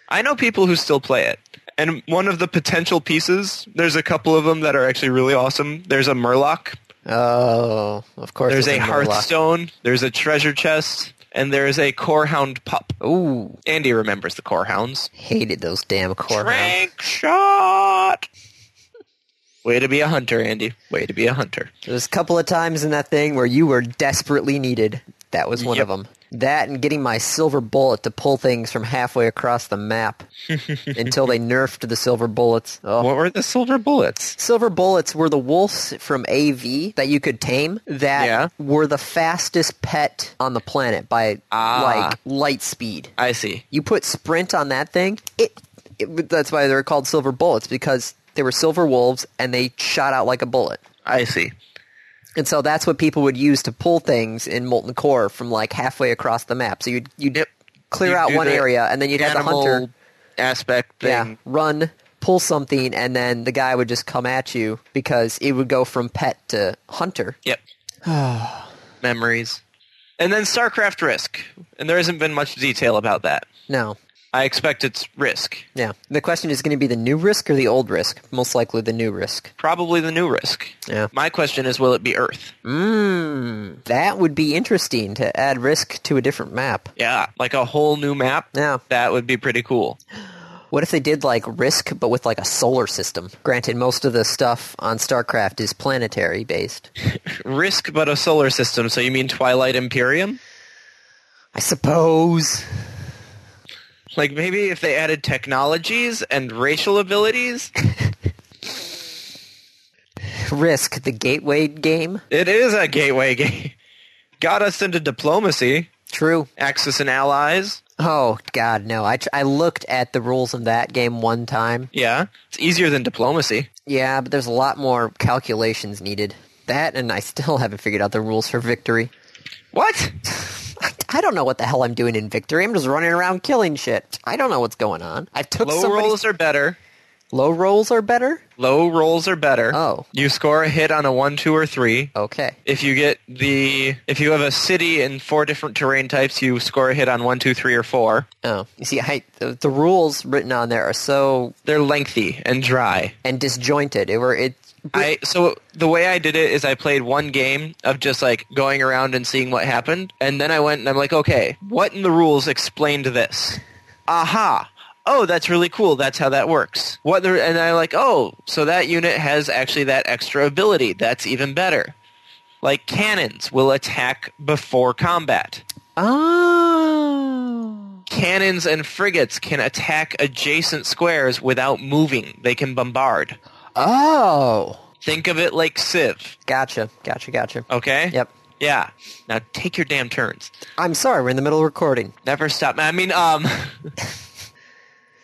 [SPEAKER 2] I know people who still play it. And one of the potential pieces, there's a couple of them that are actually really awesome. There's a Murloc.
[SPEAKER 1] Oh, of course.
[SPEAKER 2] There's
[SPEAKER 1] it's
[SPEAKER 2] a
[SPEAKER 1] Murloc.
[SPEAKER 2] Hearthstone. There's a treasure chest. And there's a Corehound pup.
[SPEAKER 1] Ooh,
[SPEAKER 2] Andy remembers the Corehounds.
[SPEAKER 1] hated those damn core. hounds.
[SPEAKER 2] Crank shot. Way to be a hunter, Andy. Way to be a hunter.
[SPEAKER 1] There was a couple of times in that thing where you were desperately needed. That was one
[SPEAKER 2] Yep.
[SPEAKER 1] of them. That and getting my silver bullet to pull things from halfway across the map until they nerfed the silver bullets. Oh.
[SPEAKER 2] What were the silver bullets?
[SPEAKER 1] Silver bullets were the wolves from AV that you could tame that
[SPEAKER 2] Yeah.
[SPEAKER 1] were the fastest pet on the planet by
[SPEAKER 2] Ah.
[SPEAKER 1] like light speed.
[SPEAKER 2] I see.
[SPEAKER 1] You put sprint on that thing, it, it that's why they're called silver bullets because they were silver wolves and they shot out like a bullet.
[SPEAKER 2] I see.
[SPEAKER 1] And so that's what people would use to pull things in molten core from like halfway across the map. So you'd you'd
[SPEAKER 2] Yep.
[SPEAKER 1] clear
[SPEAKER 2] You'd
[SPEAKER 1] out
[SPEAKER 2] do
[SPEAKER 1] one
[SPEAKER 2] the
[SPEAKER 1] area and then you'd have the
[SPEAKER 2] Animal
[SPEAKER 1] hunter
[SPEAKER 2] aspect thing.
[SPEAKER 1] yeah, run, pull something, and then the guy would just come at you because it would go from pet to hunter.
[SPEAKER 2] Yep. Memories. And then StarCraft Risk, and there hasn't been much detail about that.
[SPEAKER 1] No.
[SPEAKER 2] I expect it's Risk,
[SPEAKER 1] Yeah. The question is going to be the new risk or the old risk? Most likely the new risk.
[SPEAKER 2] probably the new Risk.
[SPEAKER 1] Yeah.
[SPEAKER 2] My question is, will it be Earth?
[SPEAKER 1] Mmm. That would be interesting to add risk to a different map.
[SPEAKER 2] Yeah, like a whole new map.
[SPEAKER 1] Yeah.
[SPEAKER 2] That would be pretty cool.
[SPEAKER 1] What if they did like risk but with like a solar system? Granted, most of the stuff on StarCraft is planetary based.
[SPEAKER 2] Risk, but a solar system. So you mean Twilight Imperium?
[SPEAKER 1] I suppose.
[SPEAKER 2] Like maybe if they added technologies and racial abilities,
[SPEAKER 1] Risk, the gateway game?
[SPEAKER 2] it is a gateway game. Got us into diplomacy,
[SPEAKER 1] True.
[SPEAKER 2] Axis and allies.
[SPEAKER 1] Oh, God, no. I, tr- I looked at the rules of that game one time.
[SPEAKER 2] Yeah, it's easier than diplomacy.
[SPEAKER 1] Yeah, but there's a lot more calculations needed. That, and I still haven't figured out the rules for victory.
[SPEAKER 2] What?
[SPEAKER 1] I, I don't know what the hell I'm doing in victory. I'm just running around killing shit. I don't know what's going on. I took
[SPEAKER 2] Low
[SPEAKER 1] somebody's-
[SPEAKER 2] rolls are better.
[SPEAKER 1] Low rolls are better?
[SPEAKER 2] Low rolls are better.
[SPEAKER 1] Oh.
[SPEAKER 2] You score a hit on a one, two, or three.
[SPEAKER 1] Okay.
[SPEAKER 2] If you get the if you have a city in four different terrain types, you score a hit on one, two, three, or four.
[SPEAKER 1] Oh, you see, I, the, the rules written on there are so
[SPEAKER 2] They're lengthy and dry.
[SPEAKER 1] and disjointed. It were it.
[SPEAKER 2] I so the way I did it is I played one game of just like going around and seeing what happened, and then I went and I'm like, okay, what in the rules explained this? Aha. Oh, that's really cool. That's how that works. What the, and I like, oh, so that unit has actually that extra ability. That's even better. Like cannons will attack before combat.
[SPEAKER 1] Oh,
[SPEAKER 2] Cannons and frigates can attack adjacent squares without moving. They can bombard.
[SPEAKER 1] oh,
[SPEAKER 2] Think of it like Civ,
[SPEAKER 1] gotcha, gotcha, gotcha.
[SPEAKER 2] okay?
[SPEAKER 1] Yep.
[SPEAKER 2] Yeah. Now take your damn turns.
[SPEAKER 1] I'm sorry, we're in the middle of recording.
[SPEAKER 2] Never stop. I mean, um,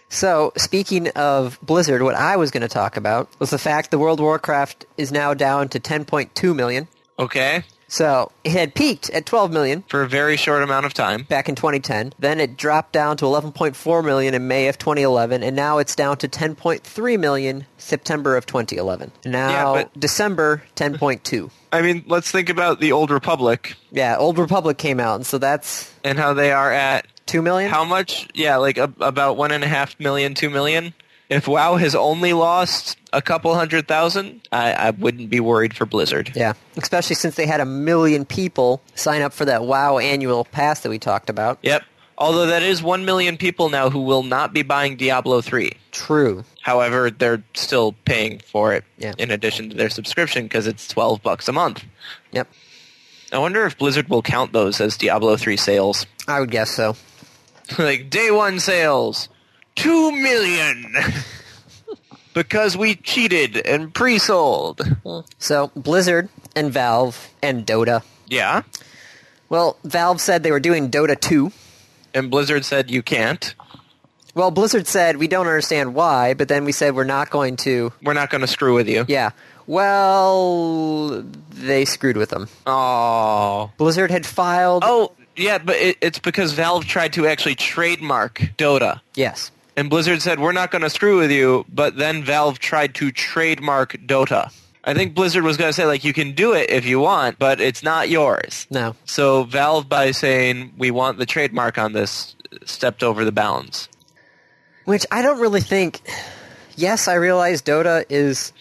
[SPEAKER 1] So, speaking of Blizzard, what I was going to talk about was the fact the World of Warcraft is now down to 10.2 million.
[SPEAKER 2] okay,
[SPEAKER 1] So, it had peaked at 12 million
[SPEAKER 2] for a very short amount of time.
[SPEAKER 1] back in 2010. Then it dropped down to 11.4 million in May of 2011, and now it's down to 10.3 million September of 2011. Now
[SPEAKER 2] Yeah, but-
[SPEAKER 1] December 10.2.
[SPEAKER 2] I mean, let's think about the Old Republic
[SPEAKER 1] yeah, Old Republic came out, and so that's
[SPEAKER 2] and how they are at
[SPEAKER 1] two million.
[SPEAKER 2] how much? Yeah, like a, about one and a half million, two million. If WoW has only lost a couple hundred thousand, I, I wouldn't be worried for Blizzard.
[SPEAKER 1] yeah, especially since they had a million people sign up for that WoW annual pass that we talked about.
[SPEAKER 2] Yep. Although that is one million people now who will not be buying Diablo three.
[SPEAKER 1] True.
[SPEAKER 2] However, they're still paying for it
[SPEAKER 1] Yeah.
[SPEAKER 2] in addition to their subscription because it's twelve bucks a month.
[SPEAKER 1] Yep,
[SPEAKER 2] I wonder if Blizzard will count those as Diablo 3 sales.
[SPEAKER 1] I would guess so.
[SPEAKER 2] like day one sales, 2 million. because we cheated and pre-sold.
[SPEAKER 1] So Blizzard and Valve and Dota.
[SPEAKER 2] Yeah.
[SPEAKER 1] Well, Valve said they were doing Dota 2.
[SPEAKER 2] And Blizzard said you can't.
[SPEAKER 1] Well, Blizzard said we don't understand why, but then we said we're not going to.
[SPEAKER 2] We're not going to screw with you.
[SPEAKER 1] Yeah. Well, they screwed with them.
[SPEAKER 2] Oh.
[SPEAKER 1] Blizzard had filed.
[SPEAKER 2] Oh, yeah, but it, it's because Valve tried to actually trademark Dota.
[SPEAKER 1] yes.
[SPEAKER 2] And Blizzard said, we're not going to screw with you, but then Valve tried to trademark Dota. I think Blizzard was going to say, like, you can do it if you want, but it's not yours.
[SPEAKER 1] No.
[SPEAKER 2] So Valve, by saying we want the trademark on this, stepped over the bounds.
[SPEAKER 1] Which I don't really think. Yes, I realize Dota is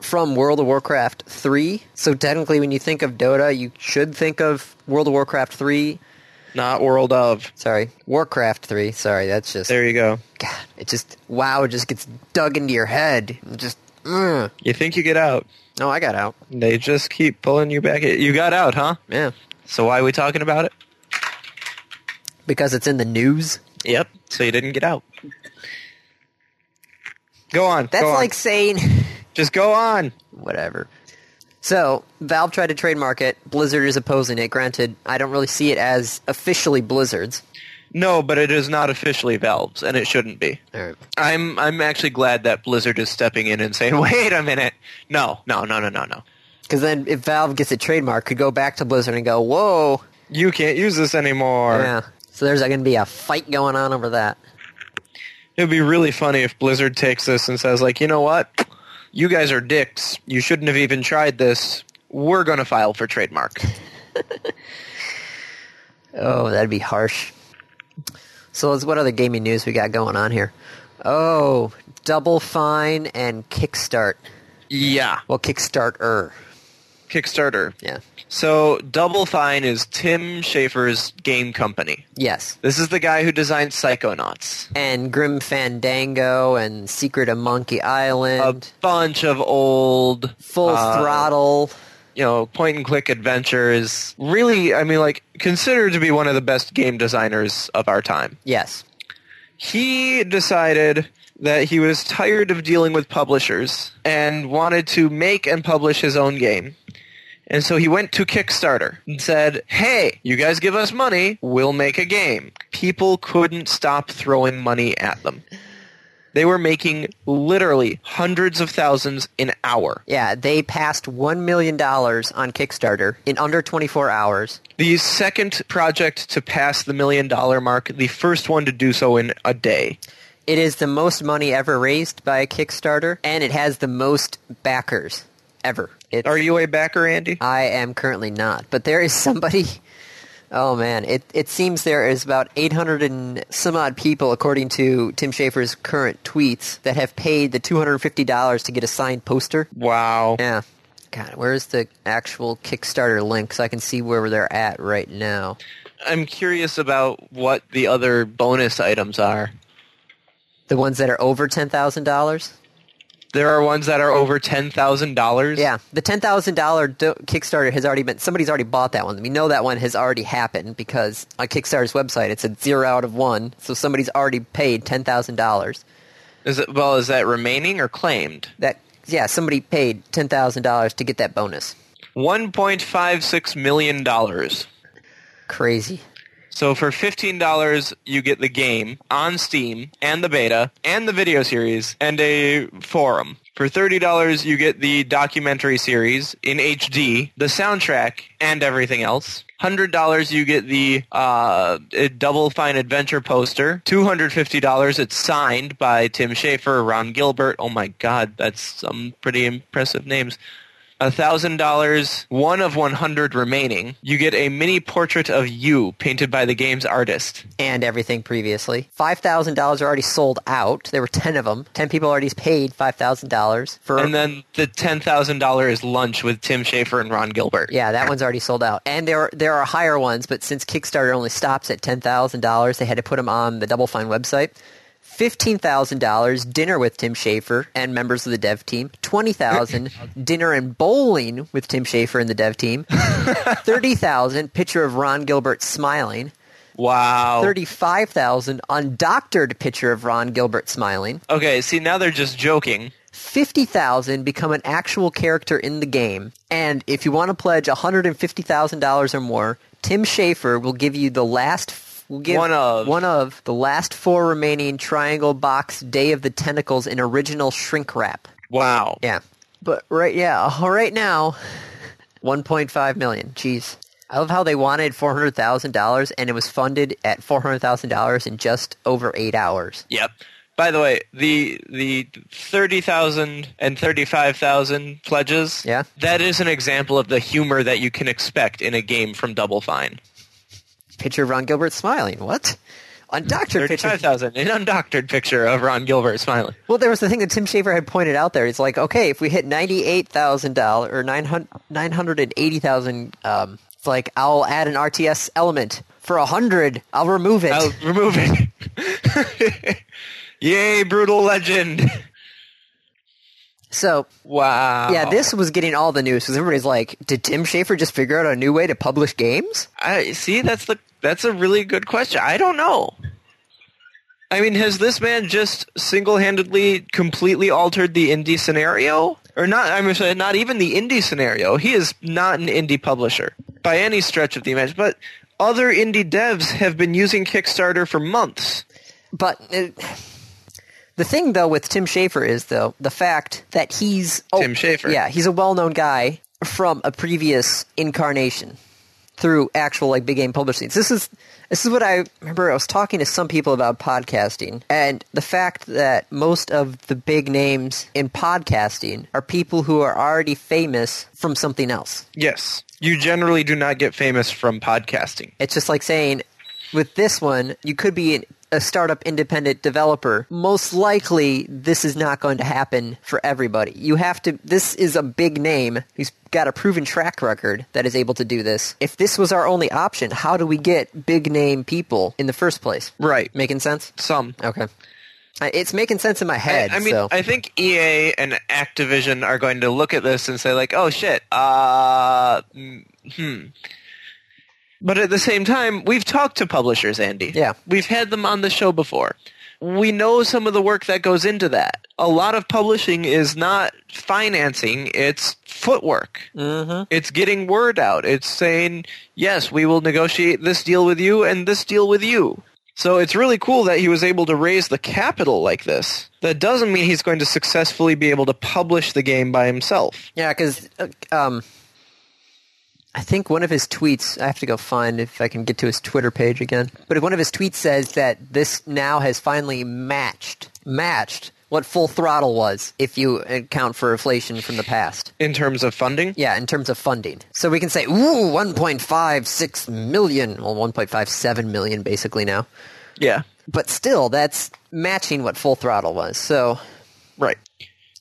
[SPEAKER 1] from World of Warcraft 3. So technically, when you think of Dota, you should think of World of Warcraft 3.
[SPEAKER 2] Not world of.
[SPEAKER 1] Sorry. Warcraft 3. Sorry, that's just.
[SPEAKER 2] There you go.
[SPEAKER 1] God, it just. Wow, it just gets dug into your head. It Just. Mm.
[SPEAKER 2] You think you get out.
[SPEAKER 1] No, I got out.
[SPEAKER 2] They just keep pulling you back. You got out, huh?
[SPEAKER 1] Yeah.
[SPEAKER 2] So why are we talking about it?
[SPEAKER 1] Because it's in the news.
[SPEAKER 2] Yep. So you didn't get out. Go on.
[SPEAKER 1] That's
[SPEAKER 2] go on.
[SPEAKER 1] like saying
[SPEAKER 2] Just go on.
[SPEAKER 1] whatever. So Valve tried to trademark it. Blizzard is opposing it. Granted, I don't really see it as officially Blizzard's.
[SPEAKER 2] No, but it is not officially Valve's, and it shouldn't be.
[SPEAKER 1] All right.
[SPEAKER 2] I'm I'm actually glad that Blizzard is stepping in and saying, "Wait a minute, no, no, no, no, no, no,
[SPEAKER 1] Because then, if Valve gets it trademark, could go back to Blizzard and go, "Whoa,
[SPEAKER 2] you can't use this anymore."
[SPEAKER 1] yeah." So there's going to be a fight going on over that.
[SPEAKER 2] It would be really funny if Blizzard takes this and says, like, you know what? You guys are dicks. You shouldn't have even tried this. We're going to file for trademark.
[SPEAKER 1] Oh, that'd be harsh. So, let's, what other gaming news we got going on here? Oh, Double Fine and Kickstart.
[SPEAKER 2] Yeah.
[SPEAKER 1] Well, Kickstarter.
[SPEAKER 2] Kickstarter.
[SPEAKER 1] Yeah.
[SPEAKER 2] So Double Fine is Tim Schafer's game company.
[SPEAKER 1] Yes.
[SPEAKER 2] This is the guy who designed Psychonauts.
[SPEAKER 1] And Grim Fandango and Secret of Monkey
[SPEAKER 2] A
[SPEAKER 1] Island.
[SPEAKER 2] bunch of old
[SPEAKER 1] Full
[SPEAKER 2] uh,
[SPEAKER 1] Throttle.
[SPEAKER 2] you know, point and click adventures. Really, I mean like considered to be one of the best game designers of our time.
[SPEAKER 1] Yes.
[SPEAKER 2] he decided that he was tired of dealing with publishers and wanted to make and publish his own game. And so he went to Kickstarter and said, hey, you guys give us money, we'll make a game. People couldn't stop throwing money at them. They were making literally hundreds of thousands an hour.
[SPEAKER 1] Yeah, they passed $1 million on Kickstarter in under 24 hours.
[SPEAKER 2] The second project to pass the million dollar mark, the first one to do so in a day.
[SPEAKER 1] It is the most money ever raised by a Kickstarter, and it has the most backers ever. It's,
[SPEAKER 2] Are you a backer, Andy?
[SPEAKER 1] I am currently not, but there is somebody. Oh man, it it seems there is about 800 and some odd people, according to Tim Schafer's current tweets, that have paid the 250 dollars to get a signed poster.
[SPEAKER 2] Wow.
[SPEAKER 1] Yeah. God, where's the actual Kickstarter link so I can see where they're at right now?
[SPEAKER 2] I'm curious about what the other bonus items are.
[SPEAKER 1] The ones that are over ten thousand dollars.
[SPEAKER 2] There are ones that are over ten thousand dollars.
[SPEAKER 1] Yeah, the ten thousand dollar Kickstarter has already been. Somebody's already bought that one. We know that one has already happened because on Kickstarter's website it said zero out of one, so somebody's already paid ten thousand dollars.
[SPEAKER 2] Is it, well, is that remaining or claimed?
[SPEAKER 1] That yeah, somebody paid ten thousand dollars to get that bonus.
[SPEAKER 2] One point five six million dollars.
[SPEAKER 1] Crazy.
[SPEAKER 2] So for fifteen dollars, you get the game on Steam and the beta and the video series and a forum. For thirty dollars, you get the documentary series in HD, the soundtrack, and everything else. Hundred dollars, you get the uh, a Double Fine Adventure poster. Two hundred fifty dollars, it's signed by Tim Schafer, Ron Gilbert. Oh my God, that's some pretty impressive names. $1,000, one of 100 remaining. You get a mini portrait of you painted by the game's artist.
[SPEAKER 1] And everything previously, five thousand dollars are already sold out. There were ten of them. Ten people already paid five thousand dollars for.
[SPEAKER 2] And then the $10,000 is lunch with Tim Schafer and Ron Gilbert.
[SPEAKER 1] yeah, that one's already sold out, and there are, there are higher ones. But since Kickstarter only stops at ten thousand dollars, they had to put them on the Double Fine website. Fifteen thousand dollars dinner with Tim Schafer and members of the dev team. Twenty thousand dinner and bowling with Tim Schafer and the dev team. Thirty thousand picture of Ron Gilbert smiling.
[SPEAKER 2] Wow.
[SPEAKER 1] Thirty-five thousand undoctored picture of Ron Gilbert smiling.
[SPEAKER 2] Okay, see, now they're just joking.
[SPEAKER 1] 50,000 become an actual character in the game. And if you want to pledge $150,000 or more, Tim Schafer will give you the last f- will give
[SPEAKER 2] One of.
[SPEAKER 1] one of the last four remaining triangle box Day of the Tentacles in original shrink wrap.
[SPEAKER 2] Wow.
[SPEAKER 1] Yeah. But right yeah, uh, right now 1.5 million. Jeez. I love how they wanted $400,000 and it was funded at $400,000 in just over 8 hours.
[SPEAKER 2] Yep. By the way, the the 30,000 and 35,000 pledges,
[SPEAKER 1] Yeah.
[SPEAKER 2] that is an example of the humor that you can expect in a game from Double Fine.
[SPEAKER 1] Picture of Ron Gilbert smiling. What? Undoctored picture
[SPEAKER 2] 35,000, an undoctored picture of Ron Gilbert smiling.
[SPEAKER 1] Well, there was the thing that Tim Schafer had pointed out there. He's like, okay, if we hit ninety-eight thousand dollars or nine hundred nine hundred and eighty thousand, um, it's like I'll add an RTS element for a hundred. I'll remove it.
[SPEAKER 2] I'll remove it. Yay, brutal legend.
[SPEAKER 1] So
[SPEAKER 2] Wow.
[SPEAKER 1] yeah, this was getting all the news because everybody's like, did Tim Schafer just figure out a new way to publish games?
[SPEAKER 2] I see that's the that's a really good question. I don't know. I mean, has this man just single-handedly completely altered the indie scenario? Or not I'm sorry, not even the indie scenario. He is not an indie publisher by any stretch of the imagination, but other indie devs have been using Kickstarter for months.
[SPEAKER 1] But it, the thing though with Tim Schafer is though the fact that he's oh,
[SPEAKER 2] Tim Schafer.
[SPEAKER 1] Yeah, he's a well-known guy from a previous incarnation. through actual like big game publishing. This is this is what I remember. I was talking to some people about podcasting, and the fact that most of the big names in podcasting are people who are already famous from something else.
[SPEAKER 2] Yes. You generally do not get famous from podcasting.
[SPEAKER 1] It's just like saying, with this one, you could be an, a startup independent developer. Most likely, this is not going to happen for everybody. You have to. This is a big name who's got a proven track record that is able to do this. If this was our only option, how do we get big name people in the first place?
[SPEAKER 2] Right.
[SPEAKER 1] Making sense?
[SPEAKER 2] Some.
[SPEAKER 1] Okay. I- It's making sense in my head.
[SPEAKER 2] I mean,
[SPEAKER 1] so.
[SPEAKER 2] I think EA and Activision are going to look at this and say, like, "Oh shit, uh, mm, hmm." But at the same time, we've talked to publishers, Andy.
[SPEAKER 1] Yeah.
[SPEAKER 2] we've had them on the show before. We know some of the work that goes into that. A lot of publishing is not financing; it's footwork.
[SPEAKER 1] mm-hmm.
[SPEAKER 2] It's getting word out. It's saying, yes, we will negotiate this deal with you and this deal with you. So it's really cool that he was able to raise the capital like this. That doesn't mean he's going to successfully be able to publish the game by himself.
[SPEAKER 1] Yeah, because um, I think one of his tweets. I have to go find if I can get to his Twitter page again. But one of his tweets says that this now has finally matched matched what full throttle was if you account for inflation from the past.
[SPEAKER 2] In terms of funding?
[SPEAKER 1] Yeah, in terms of funding. So we can say, ooh, 1.56 million. Well, 1.57 million basically now.
[SPEAKER 2] Yeah.
[SPEAKER 1] But still, that's matching what full throttle was. So
[SPEAKER 2] Right.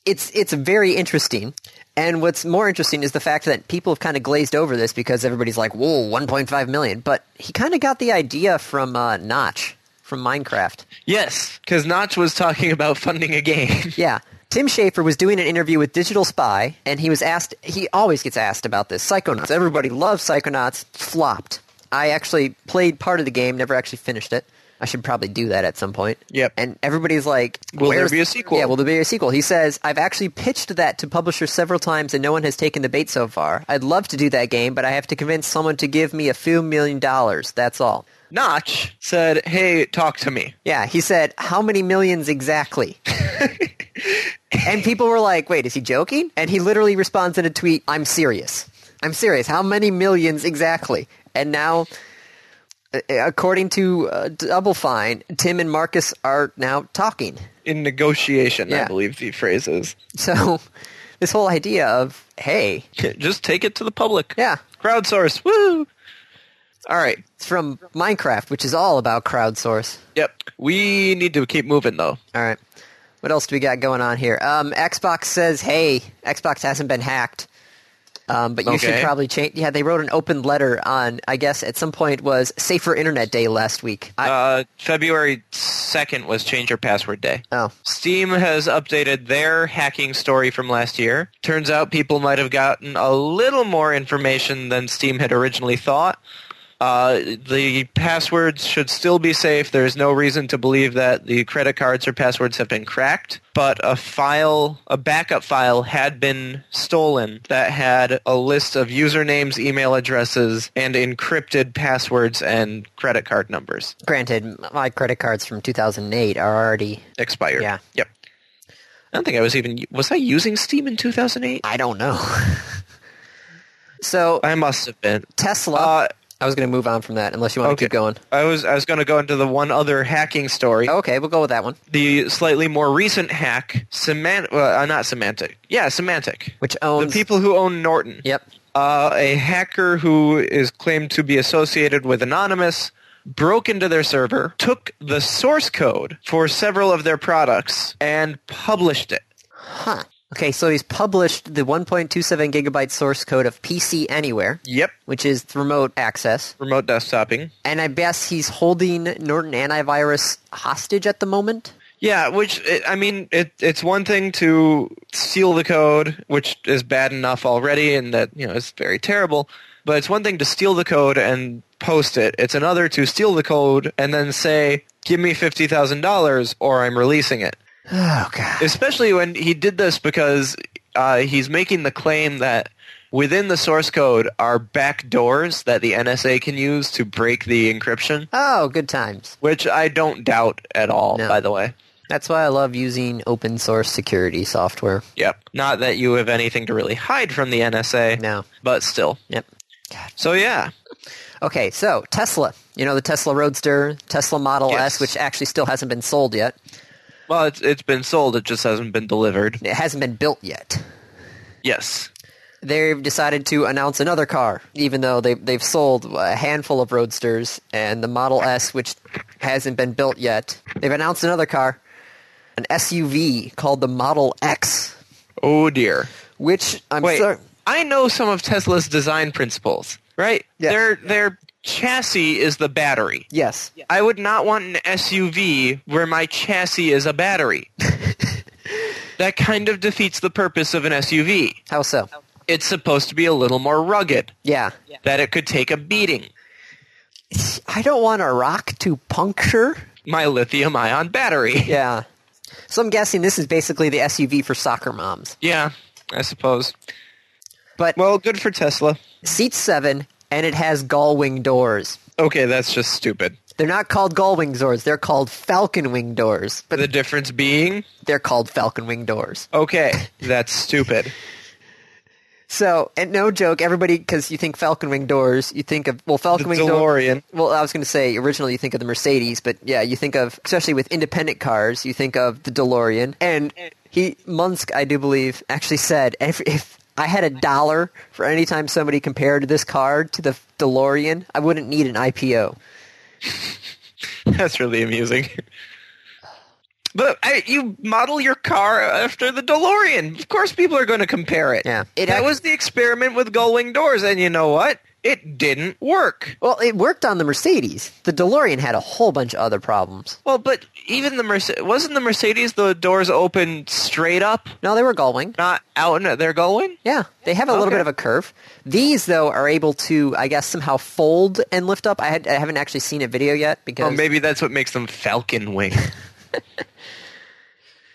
[SPEAKER 1] it's it's very interesting. And what's more interesting is the fact that people have kind of glazed over this because everybody's like, "Whoa, 1.5 million. But he kind of got the idea from uh, Notch from Minecraft.
[SPEAKER 2] Yes, because Notch was talking about funding a game.
[SPEAKER 1] Yeah. Tim Schafer was doing an interview with Digital Spy, and he was asked. He always gets asked about this. Psychonauts. Everybody loves Psychonauts. Flopped. I actually played part of the game, never actually finished it. I should probably do that at some point.
[SPEAKER 2] Yep.
[SPEAKER 1] And everybody's like,
[SPEAKER 2] Will there
[SPEAKER 1] "Where's-
[SPEAKER 2] be a sequel?"
[SPEAKER 1] Yeah, will there be a sequel? He says, I've actually pitched that to publishers several times, and no one has taken the bait so far. I'd love to do that game, but I have to convince someone to give me a few million dollars. That's all.
[SPEAKER 2] Notch said, hey, talk to me.
[SPEAKER 1] Yeah, he said, how many millions exactly? and people were like, wait, is he joking? And he literally responds in a tweet, I'm serious. I'm serious. How many millions exactly? And now, uh, according to uh, Double Fine, Tim and Marcus are now talking.
[SPEAKER 2] In negotiation, I
[SPEAKER 1] Yeah.
[SPEAKER 2] believe the phrase is.
[SPEAKER 1] So, this whole idea of, hey,
[SPEAKER 2] Just take it to the public.
[SPEAKER 1] yeah,
[SPEAKER 2] Crowdsource. Woo! All right.
[SPEAKER 1] it's from Minecraft, which is all about crowdsource.
[SPEAKER 2] Yep. We need to keep moving though.
[SPEAKER 1] All right. What else do we got going on here? Um, Xbox says, "Hey, Xbox hasn't been hacked, um, but you should
[SPEAKER 2] Okay.
[SPEAKER 1] probably change." Yeah, they wrote an open letter on. I guess at some point was Safer Internet Day last week. I,
[SPEAKER 2] Uh, February 2nd was Change Your Password Day.
[SPEAKER 1] oh,
[SPEAKER 2] Steam has updated their hacking story from last year. Turns out people might have gotten a little more information than Steam had originally thought. Uh, the passwords should still be safe. There is no reason to believe that the credit cards or passwords have been cracked, but a file, a backup file had been stolen that had a list of usernames, email addresses, and encrypted passwords and credit card numbers
[SPEAKER 1] granted, my credit cards from 2008 are already.
[SPEAKER 2] expired.
[SPEAKER 1] Yeah.
[SPEAKER 2] Yep. I don't think I was even was I using Steam in 2008?
[SPEAKER 1] I don't know. so
[SPEAKER 2] I must have been.
[SPEAKER 1] Tesla.
[SPEAKER 2] Uh,
[SPEAKER 1] I was going to move on from that unless you want to
[SPEAKER 2] okay.
[SPEAKER 1] Oh, keep going.
[SPEAKER 2] I was I was going to go into the one other hacking story. Oh,
[SPEAKER 1] Okay, we'll go with that one.
[SPEAKER 2] the slightly more recent hack, Semant, well, uh, not Semantic, yeah, Semantic.
[SPEAKER 1] Which
[SPEAKER 2] The
[SPEAKER 1] owns?
[SPEAKER 2] people who own Norton.
[SPEAKER 1] Yep.
[SPEAKER 2] Uh, a hacker who is claimed to be associated with Anonymous broke into their server, took the source code for several of their products, and published it.
[SPEAKER 1] Huh. Okay, so he's published the 1.27 gigabyte source code of PC Anywhere.
[SPEAKER 2] Yep.
[SPEAKER 1] which is the remote access.
[SPEAKER 2] Remote desktoping.
[SPEAKER 1] And I guess he's holding Norton antivirus hostage at the moment.
[SPEAKER 2] Yeah, which it, I mean, it, it's one thing to steal the code, which is bad enough already, and that you know is very terrible. But it's one thing to steal the code and post it. It's another to steal the code and then say, "Give me fifty thousand dollars, or I'm releasing it."
[SPEAKER 1] Oh god.
[SPEAKER 2] Especially when he did this because uh, he's making the claim that within the source code are back doors that the NSA can use to break the encryption,
[SPEAKER 1] Oh, good times.
[SPEAKER 2] which I don't doubt at all.
[SPEAKER 1] No.
[SPEAKER 2] By the way.
[SPEAKER 1] That's why I love using open source security software.
[SPEAKER 2] Yep. Not that you have anything to really hide from the NSA.
[SPEAKER 1] No.
[SPEAKER 2] But still.
[SPEAKER 1] Yep.
[SPEAKER 2] So yeah.
[SPEAKER 1] Okay, so Tesla. You know the Tesla Roadster, Tesla Model
[SPEAKER 2] Yes.
[SPEAKER 1] S, which actually still hasn't been sold yet.
[SPEAKER 2] Well, it's it's been sold. It just hasn't been delivered.
[SPEAKER 1] It hasn't been built yet.
[SPEAKER 2] Yes.
[SPEAKER 1] They've decided to announce another car, even though they they've sold a handful of Roadsters and the Model S, which hasn't been built yet. They've announced another car, an SUV called the Model X,
[SPEAKER 2] Oh dear.
[SPEAKER 1] which I'm
[SPEAKER 2] Wait.
[SPEAKER 1] sorry.
[SPEAKER 2] I know some of Tesla's design principles. Right.
[SPEAKER 1] Yes.
[SPEAKER 2] Their their chassis is the battery.
[SPEAKER 1] Yes.
[SPEAKER 2] I would not want an SUV where my chassis is a battery. that kind of defeats the purpose of an SUV.
[SPEAKER 1] How so?
[SPEAKER 2] It's supposed to be a little more rugged,
[SPEAKER 1] Yeah.
[SPEAKER 2] that it could take a beating.
[SPEAKER 1] I don't want a rock to puncture.
[SPEAKER 2] My lithium ion battery.
[SPEAKER 1] Yeah. So I'm guessing this is basically the SUV for soccer moms.
[SPEAKER 2] Yeah, I suppose.
[SPEAKER 1] But
[SPEAKER 2] Well, good for Tesla.
[SPEAKER 1] seats seven, and it has gull wing doors.
[SPEAKER 2] Okay, that's just stupid.
[SPEAKER 1] They're not called gull wing doors. They're called falcon wing doors. But
[SPEAKER 2] The difference being,
[SPEAKER 1] they're called falcon wing doors.
[SPEAKER 2] okay, that's stupid.
[SPEAKER 1] So, and no joke, everybody, because you think falcon wing doors, you think of well, falcon
[SPEAKER 2] The
[SPEAKER 1] wing door-
[SPEAKER 2] DeLorean.
[SPEAKER 1] Well, I was going to say originally you think of the Mercedes, but yeah, you think of especially with independent cars, you think of the DeLorean. And he Munsk, I do believe, actually said if, if I had a dollar for any time somebody compared this car to the DeLorean, I wouldn't need an IPO.
[SPEAKER 2] That's really amusing. But I, you model your car after the DeLorean. Of course, people are going to compare it.
[SPEAKER 1] Yeah. It
[SPEAKER 2] that
[SPEAKER 1] act-
[SPEAKER 2] was the experiment with gull-wing doors, and you know what? It didn't work.
[SPEAKER 1] Well, it worked on the Mercedes. The DeLorean had a whole bunch of other problems.
[SPEAKER 2] Well, but even the Mercedes wasn't the Mercedes the doors open straight up,
[SPEAKER 1] No, they were gullwing.
[SPEAKER 2] not out and they're going.
[SPEAKER 1] Yeah, they have a little
[SPEAKER 2] Okay.
[SPEAKER 1] bit of a curve. These though are able to, I guess, somehow fold and lift up. I, had, I haven't actually seen a video yet because
[SPEAKER 2] Oh, maybe that's what makes them falcon wing.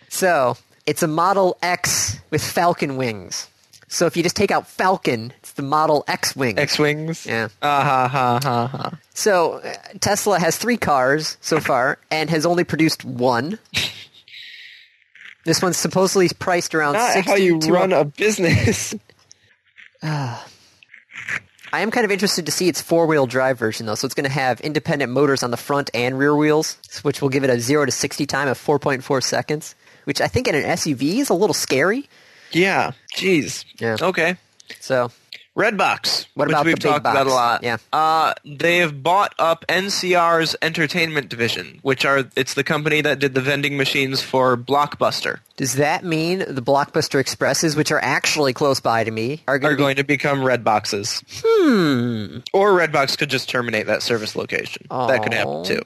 [SPEAKER 1] so it's a Model X with Falcon wings. So if you just take out Falcon, it's the Model X wing.
[SPEAKER 2] X-wings.
[SPEAKER 1] Yeah.
[SPEAKER 2] Ah ha ha ha ha.
[SPEAKER 1] So uh, Tesla has three cars so far and has only produced one. this one's supposedly priced around.
[SPEAKER 2] Not how you
[SPEAKER 1] 62
[SPEAKER 2] run a business.
[SPEAKER 1] I am kind of interested to see its four-wheel drive version, though. So it's going to have independent motors on the front and rear wheels, which will give it a zero to sixty time of four point four seconds, which I think in an SUV is a little scary.
[SPEAKER 2] yeah. Jeez.
[SPEAKER 1] Yeah.
[SPEAKER 2] Okay.
[SPEAKER 1] So
[SPEAKER 2] Redbox.
[SPEAKER 1] What
[SPEAKER 2] which
[SPEAKER 1] about
[SPEAKER 2] we've
[SPEAKER 1] the big
[SPEAKER 2] talked about a
[SPEAKER 1] box?
[SPEAKER 2] lot.
[SPEAKER 1] Yeah.
[SPEAKER 2] Uh, they have bought up NCR's entertainment division, which are it's the company that did the vending machines for Blockbuster.
[SPEAKER 1] does that mean the Blockbuster Expresses, which are actually close by to me, are going
[SPEAKER 2] Are
[SPEAKER 1] to
[SPEAKER 2] going to become Redboxes. Hmm. Or Redbox could just terminate that service location. That could happen
[SPEAKER 1] Aw.
[SPEAKER 2] too.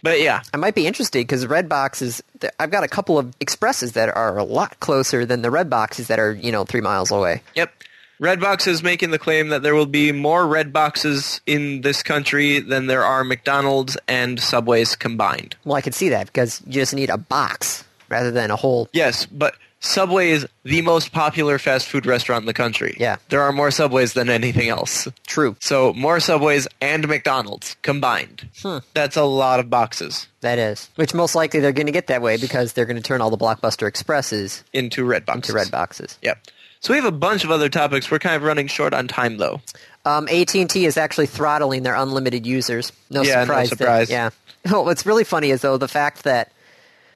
[SPEAKER 2] But yeah.
[SPEAKER 1] I might be interested because Redbox is. th- I've got a couple of Expresses that are a lot closer than the Red boxes that are you know three miles away.
[SPEAKER 2] Yep. Redbox is making the claim that there will be more Red Boxes in this country than there are McDonald's and Subways combined.
[SPEAKER 1] Well, I could see that because you just need a box rather than a whole.
[SPEAKER 2] Yes, but Subway is the most popular fast food restaurant in the country.
[SPEAKER 1] Yeah.
[SPEAKER 2] There are more Subways than anything else.
[SPEAKER 1] True,
[SPEAKER 2] So more Subways and McDonald's combined. That's a lot of boxes
[SPEAKER 1] That is. Which most likely they're going to get that way because they're going to turn all the Blockbuster Expresses
[SPEAKER 2] into Red
[SPEAKER 1] to
[SPEAKER 2] Boxes.
[SPEAKER 1] red boxes.
[SPEAKER 2] Yep. So we have a bunch of other topics. We're kind of running short on time, though.
[SPEAKER 1] Um, AT&T is actually throttling their unlimited users. No
[SPEAKER 2] Yeah, no
[SPEAKER 1] surprise. there.
[SPEAKER 2] surprise.
[SPEAKER 1] yeah. Well, what's really funny is, though, the fact that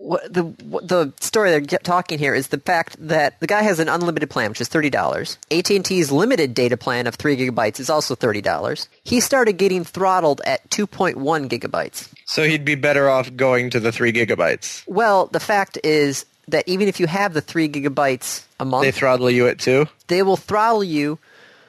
[SPEAKER 1] wh- the wh- the story they're get- talking here is the fact that the guy has an unlimited plan, which is thirty dollars. AT and T's limited data plan of three gigabytes is also thirty dollars. He started getting throttled at two point one gigabytes.
[SPEAKER 2] So he'd be better off going to the three gigabytes.
[SPEAKER 1] Well, the fact is that even if you have the three gigabytes a month,
[SPEAKER 2] They throttle you at two.
[SPEAKER 1] they will throttle you.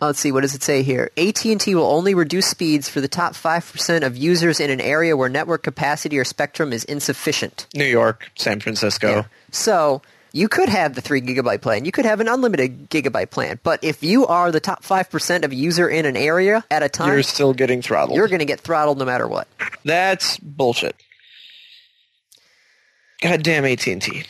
[SPEAKER 1] Let's see, what does it say here? AT&T will only reduce speeds for the top 5% of users in an area where network capacity or spectrum is insufficient.
[SPEAKER 2] New York, San Francisco.
[SPEAKER 1] So you could have the 3 gigabyte plan. You could have an unlimited gigabyte plan. But if you are the top 5% of user in an area at a time,
[SPEAKER 2] You're
[SPEAKER 1] you're,
[SPEAKER 2] still getting throttled.
[SPEAKER 1] going to get throttled no matter what.
[SPEAKER 2] That's bullshit. Goddamn AT&T.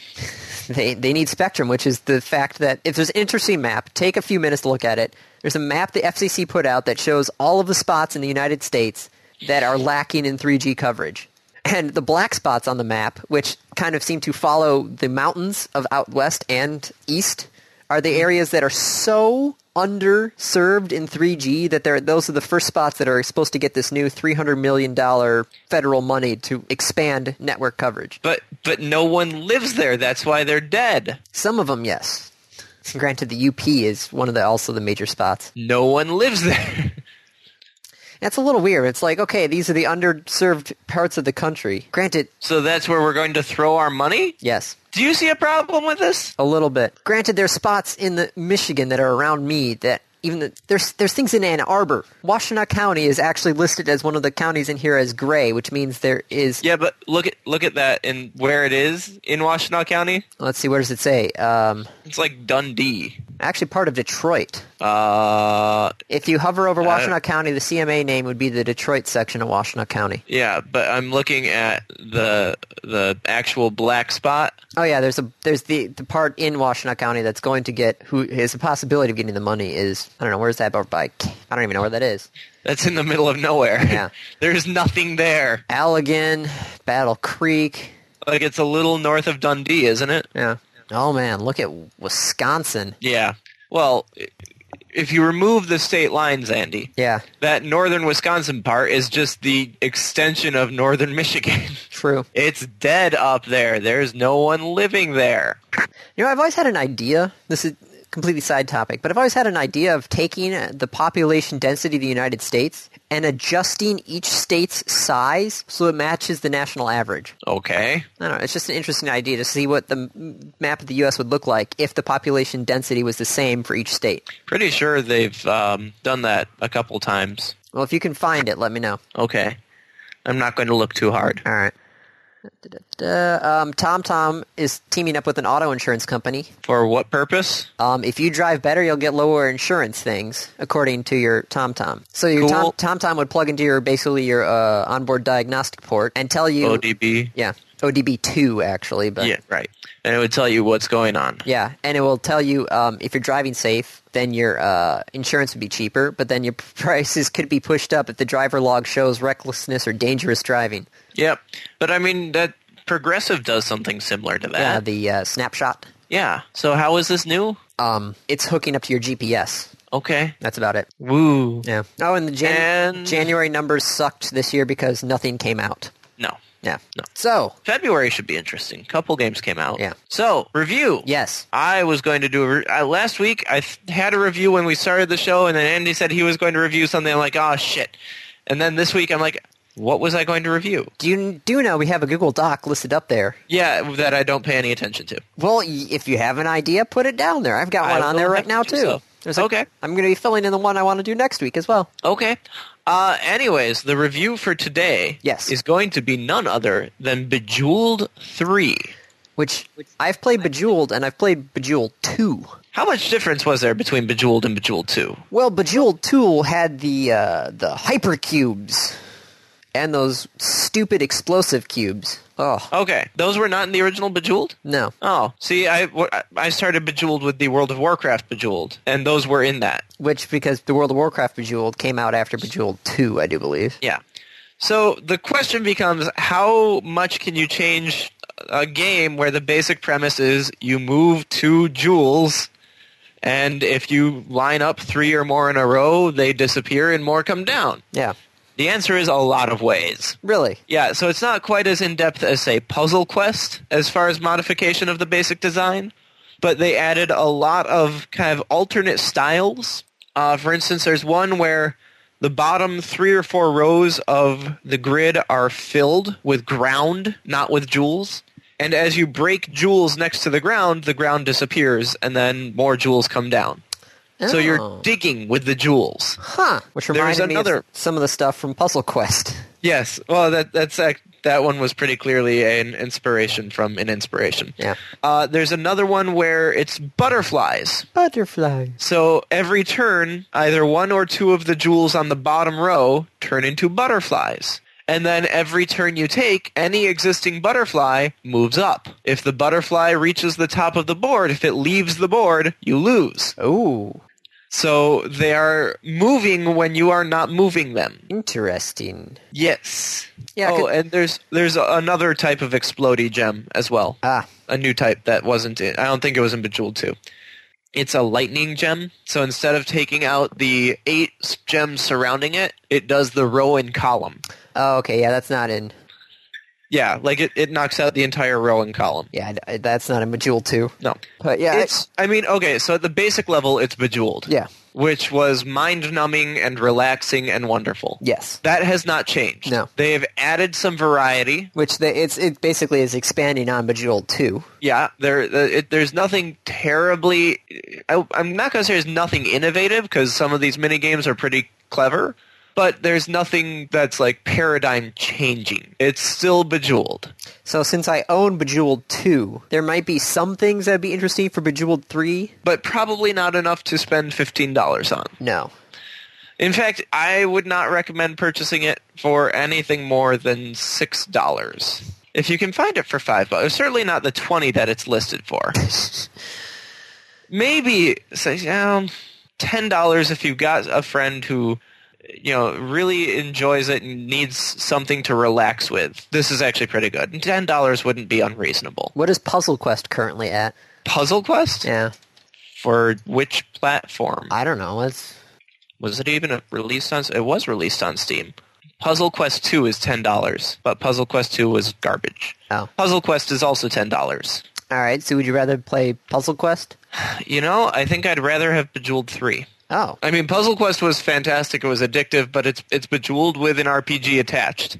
[SPEAKER 1] They, they need spectrum, which is the fact that if there's an interesting map, take a few minutes to look at it. There's a map the FCC put out that shows all of the spots in the United States that are lacking in 3G coverage. And the black spots on the map, which kind of seem to follow the mountains of out west and east, are the areas that are so underserved in 3G that they're, those are the first spots that are supposed to get this new $300 million federal money to expand network coverage.
[SPEAKER 2] But but no one lives there. That's why they're dead.
[SPEAKER 1] Some of them, yes. Granted, the UP is one of the also the major spots.
[SPEAKER 2] No one lives there.
[SPEAKER 1] That's a little weird. It's like, okay, these are the underserved parts of the country. Granted,
[SPEAKER 2] so that's where we're going to throw our money?
[SPEAKER 1] yes,
[SPEAKER 2] Do you see a problem with this?
[SPEAKER 1] a little bit. Granted, there's spots in the Michigan that are around me that even the, there's there's things in Ann Arbor. Washtenaw County is actually listed as one of the counties in here as gray, which means there is.
[SPEAKER 2] Yeah, but look at look at that and where it is in Washtenaw County.
[SPEAKER 1] Let's see, where does it say? Um,
[SPEAKER 2] It's like Dundee.
[SPEAKER 1] actually, part of Detroit.
[SPEAKER 2] Uh
[SPEAKER 1] If you hover over
[SPEAKER 2] Uh,
[SPEAKER 1] Washtenaw County, the CMA name would be the Detroit section of Washtenaw County.
[SPEAKER 2] yeah, but I'm looking at the the actual black spot.
[SPEAKER 1] Oh yeah, there's a there's the the part in Washtenaw County that's going to get who is a possibility of getting the money is I don't know where's that over by I don't even know where that is.
[SPEAKER 2] That's in the middle of nowhere.
[SPEAKER 1] Yeah.
[SPEAKER 2] There's nothing there.
[SPEAKER 1] Allegan, Battle Creek.
[SPEAKER 2] Like it's a little north of Dundee, isn't it?
[SPEAKER 1] Yeah. Oh man, look at Wisconsin.
[SPEAKER 2] Yeah. Well, i- if you remove the state lines, Andy,
[SPEAKER 1] Yeah,
[SPEAKER 2] that northern Wisconsin part is just the extension of northern Michigan.
[SPEAKER 1] true.
[SPEAKER 2] It's dead up there. There's no one living there.
[SPEAKER 1] You know, I've always had an idea. This is a completely side topic, but I've always had an idea of taking the population density of the United States and adjusting each state's size so it matches the national average.
[SPEAKER 2] Okay.
[SPEAKER 1] I don't know. It's just an interesting idea to see what the m- map of the U.S. would look like if the population density was the same for each state.
[SPEAKER 2] Pretty sure they've um, done that a couple times.
[SPEAKER 1] Well, if you can find it, let me know.
[SPEAKER 2] Okay. I'm not going to look too hard.
[SPEAKER 1] All right. Da-da-da. Um, TomTom is teaming up with an auto insurance company.
[SPEAKER 2] For what purpose?
[SPEAKER 1] Um, if you drive better, you'll get lower insurance things, according to your TomTom. So your
[SPEAKER 2] Cool.
[SPEAKER 1] Tom TomTom would plug into your basically your uh, onboard diagnostic port and tell you,
[SPEAKER 2] ODB.
[SPEAKER 1] yeah, ODB two actually, but
[SPEAKER 2] Yeah, right. And it would tell you what's going on.
[SPEAKER 1] Yeah, and it will tell you um, if you're driving safe, then your uh, insurance would be cheaper, but then your prices could be pushed up if the driver log shows recklessness or dangerous driving.
[SPEAKER 2] Yep. But I mean that Progressive does something similar to
[SPEAKER 1] Uh,
[SPEAKER 2] that.
[SPEAKER 1] the uh, snapshot.
[SPEAKER 2] yeah. So how is this new?
[SPEAKER 1] Um, it's hooking up to your GPS.
[SPEAKER 2] Okay.
[SPEAKER 1] That's about it.
[SPEAKER 2] Woo.
[SPEAKER 1] Yeah. Oh, and the Jan-
[SPEAKER 2] And-
[SPEAKER 1] January numbers sucked this year because nothing came out.
[SPEAKER 2] No.
[SPEAKER 1] Yeah.
[SPEAKER 2] No.
[SPEAKER 1] So,
[SPEAKER 2] February should be interesting. Couple games came out.
[SPEAKER 1] Yeah.
[SPEAKER 2] So review.
[SPEAKER 1] yes.
[SPEAKER 2] I was going to do a re- I, last week. I th- had a review when we started the show, and then Andy said he was going to review something. I'm like, oh shit! And then this week, I'm like, what was I going to review?
[SPEAKER 1] Do you do know we have a Google Doc listed up there?
[SPEAKER 2] Yeah, that I don't pay any attention to.
[SPEAKER 1] Well, y- if you have an idea, put it down there. I've got
[SPEAKER 2] I
[SPEAKER 1] one on
[SPEAKER 2] will
[SPEAKER 1] there right
[SPEAKER 2] have
[SPEAKER 1] now
[SPEAKER 2] to do
[SPEAKER 1] too.
[SPEAKER 2] so.
[SPEAKER 1] There's a-
[SPEAKER 2] Okay.
[SPEAKER 1] I'm going to be filling in the one I want to do next week as well.
[SPEAKER 2] Okay. Uh, anyways, the review for today
[SPEAKER 1] Yes.
[SPEAKER 2] is going to be none other than Bejeweled Three.
[SPEAKER 1] Which I've played Bejeweled and I've played Bejeweled 2.
[SPEAKER 2] How much difference was there between Bejeweled and Bejeweled Two?
[SPEAKER 1] Well, Bejeweled 2 had the uh, the hypercubes and those stupid explosive cubes. Oh,
[SPEAKER 2] Okay, those were not in the original Bejeweled.
[SPEAKER 1] no.
[SPEAKER 2] Oh, see, I, wh- I started Bejeweled with the World of Warcraft Bejeweled, and those were in that.
[SPEAKER 1] Which, because the World of Warcraft Bejeweled came out after Bejeweled 2, I do believe.
[SPEAKER 2] Yeah. So the question becomes how much can you change a game where the basic premise is you move two jewels and if you line up three or more in a row, they disappear and more come down?
[SPEAKER 1] Yeah.
[SPEAKER 2] The answer is a lot of ways.
[SPEAKER 1] Really?
[SPEAKER 2] Yeah, so it's not quite as in depth as say Puzzle Quest as far as modification of the basic design, but they added a lot of kind of alternate styles. Uh, for instance, there's one where the bottom three or four rows of the grid are filled with ground, not with jewels. And as you break jewels next to the ground, the ground disappears, and then more jewels come down. So
[SPEAKER 1] Oh.
[SPEAKER 2] you're digging with the jewels.
[SPEAKER 1] Huh. Which
[SPEAKER 2] There's
[SPEAKER 1] reminds me of
[SPEAKER 2] another-
[SPEAKER 1] some of the stuff from Puzzle Quest.
[SPEAKER 2] Yes. Well, that that's ac- that one was pretty clearly an inspiration from an inspiration.
[SPEAKER 1] Yeah.
[SPEAKER 2] Uh, there's another one where it's butterflies.
[SPEAKER 1] Butterfly.
[SPEAKER 2] So every turn, either one or two of the jewels on the bottom row turn into butterflies. And then every turn you take, any existing butterfly moves up. If the butterfly reaches the top of the board, if it leaves the board, you lose.
[SPEAKER 1] Oh,
[SPEAKER 2] So they are moving when you are not moving them.
[SPEAKER 1] interesting.
[SPEAKER 2] Yes.
[SPEAKER 1] Yeah,
[SPEAKER 2] Oh,
[SPEAKER 1] 'cause-
[SPEAKER 2] and there's there's another type of explodey gem as well.
[SPEAKER 1] Ah,
[SPEAKER 2] A new type that wasn't in. I don't think it was in Bejeweled too. it's a lightning gem. So instead of taking out the eight s- gems surrounding it, it does the row and column.
[SPEAKER 1] Oh, okay. Yeah, that's not in.
[SPEAKER 2] Yeah, like it, it knocks out the entire row and column.
[SPEAKER 1] Yeah, I- I- that's not in Bejeweled too.
[SPEAKER 2] No.
[SPEAKER 1] But yeah, I-
[SPEAKER 2] It's, I mean, okay, so at the basic level, it's Bejeweled.
[SPEAKER 1] yeah,
[SPEAKER 2] Which was mind numbing and relaxing and wonderful.
[SPEAKER 1] yes.
[SPEAKER 2] That has not changed.
[SPEAKER 1] No.
[SPEAKER 2] They have added some variety.
[SPEAKER 1] Which they, it's it basically is expanding on Bejeweled too.
[SPEAKER 2] Yeah, there, the- it, there's nothing terribly. I, I'm not going to say there's nothing innovative because some of these mini games are pretty clever, but there's nothing that's like paradigm changing. It's still Bejeweled.
[SPEAKER 1] So since I own Bejeweled two, there might be some things that'd be interesting for Bejeweled three.
[SPEAKER 2] But probably not enough to spend fifteen dollars on.
[SPEAKER 1] No.
[SPEAKER 2] In fact, I would not recommend purchasing it for anything more than six dollars. If you can find it for five bucks, certainly not the twenty that it's listed for. Maybe say um, ten dollars if you got a friend who you know really enjoys it and needs something to relax with. This is actually pretty good. And Ten dollars wouldn't be unreasonable.
[SPEAKER 1] What is Puzzle Quest currently at?
[SPEAKER 2] Puzzle Quest
[SPEAKER 1] Yeah,
[SPEAKER 2] for which platform?
[SPEAKER 1] I don't know. It's
[SPEAKER 2] Was it even released on? It was released on Steam. Puzzle Quest 2 is ten dollars, but Puzzle Quest 2 was garbage.
[SPEAKER 1] oh,
[SPEAKER 2] Puzzle Quest is also ten dollars.
[SPEAKER 1] all right. So would you rather play Puzzle Quest?
[SPEAKER 2] You know, I think I'd rather have Bejeweled 3.
[SPEAKER 1] Oh,
[SPEAKER 2] I mean, Puzzle Quest was fantastic. It was addictive, but it's it's Bejeweled with an RPG attached.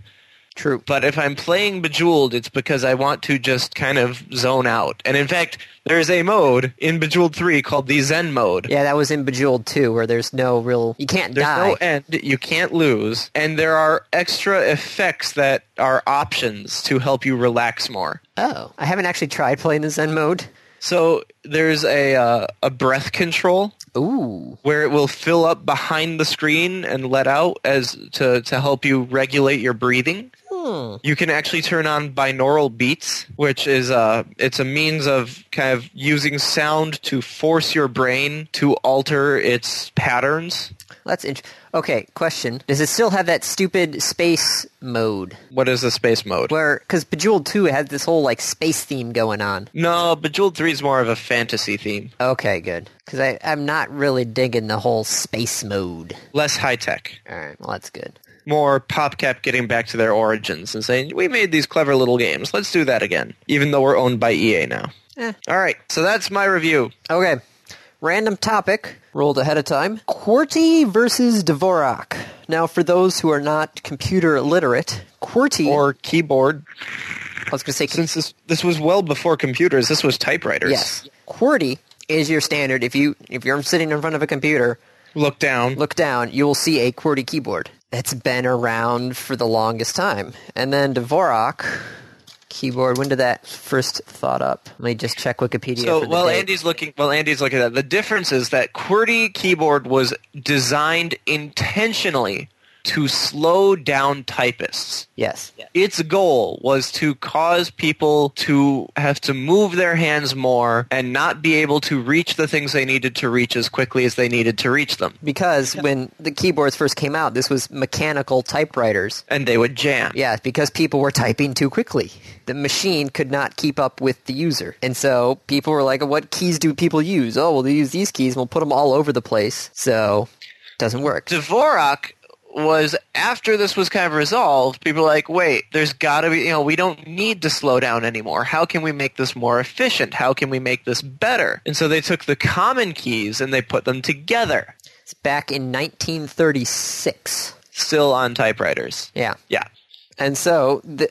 [SPEAKER 1] true.
[SPEAKER 2] But if I'm playing Bejeweled, it's because I want to just kind of zone out. And in fact, there's a mode in Bejeweled 3 called the Zen mode.
[SPEAKER 1] Yeah, that was in Bejeweled too, where there's no real you can't
[SPEAKER 2] There's
[SPEAKER 1] die.
[SPEAKER 2] no end. You can't lose. And there are extra effects that are options to help you relax more.
[SPEAKER 1] oh, I haven't actually tried playing the Zen mode.
[SPEAKER 2] So there's a, uh, a breath control
[SPEAKER 1] Ooh,
[SPEAKER 2] where it will fill up behind the screen and let out as to, to help you regulate your breathing.
[SPEAKER 1] hmm.
[SPEAKER 2] You can actually turn on binaural beats, which is a it's a means of kind of using sound to force your brain to alter its patterns.
[SPEAKER 1] that's int- okay. Question: Does it still have that stupid space mode?
[SPEAKER 2] What is the space mode?
[SPEAKER 1] Where because Bejeweled two had this whole like space theme going on.
[SPEAKER 2] No, Bejeweled 3 is more of a fantasy theme.
[SPEAKER 1] Okay, good. Because I I'm not really digging the whole space mode.
[SPEAKER 2] Less high tech.
[SPEAKER 1] All right, well that's good.
[SPEAKER 2] More PopCap getting back to their origins and saying, we made these clever little games. Let's do that again. Even though we're owned by EA now.
[SPEAKER 1] Eh.
[SPEAKER 2] All right, so that's my review.
[SPEAKER 1] Okay. Random topic, rolled ahead of time. QWERTY versus Dvorak. Now, for those who are not computer illiterate, QWERTY,
[SPEAKER 2] Or keyboard.
[SPEAKER 1] I was going to say,
[SPEAKER 2] Since this, this was well before computers, this was typewriters.
[SPEAKER 1] yes, QWERTY is your standard. If you if you're sitting in front of a computer,
[SPEAKER 2] Look down.
[SPEAKER 1] look down, you will see a QWERTY keyboard that's been around for the longest time. And then Dvorak keyboard. When did that first thought up? Let me just check Wikipedia.
[SPEAKER 2] So
[SPEAKER 1] for the
[SPEAKER 2] while
[SPEAKER 1] date.
[SPEAKER 2] Andy's looking, while Andy's looking at that, the difference is that QWERTY keyboard was designed intentionally to slow down typists.
[SPEAKER 1] yes,
[SPEAKER 2] Its goal was to cause people to have to move their hands more and not be able to reach the things they needed to reach as quickly as they needed to reach them.
[SPEAKER 1] because when the keyboards first came out, this was mechanical typewriters.
[SPEAKER 2] And they would jam.
[SPEAKER 1] Yeah, because people were typing too quickly. The machine could not keep up with the user. And so people were like, what keys do people use? Oh, well, they use these keys and we'll put them all over the place. So it doesn't work.
[SPEAKER 2] Dvorak was after this was kind of resolved, people were like, wait, there's got to be, you know, we don't need to slow down anymore. How can we make this more efficient? How can we make this better? And so they took the common keys and they put them together,
[SPEAKER 1] It's back in 1936.
[SPEAKER 2] still on typewriters.
[SPEAKER 1] Yeah.
[SPEAKER 2] Yeah.
[SPEAKER 1] And so the,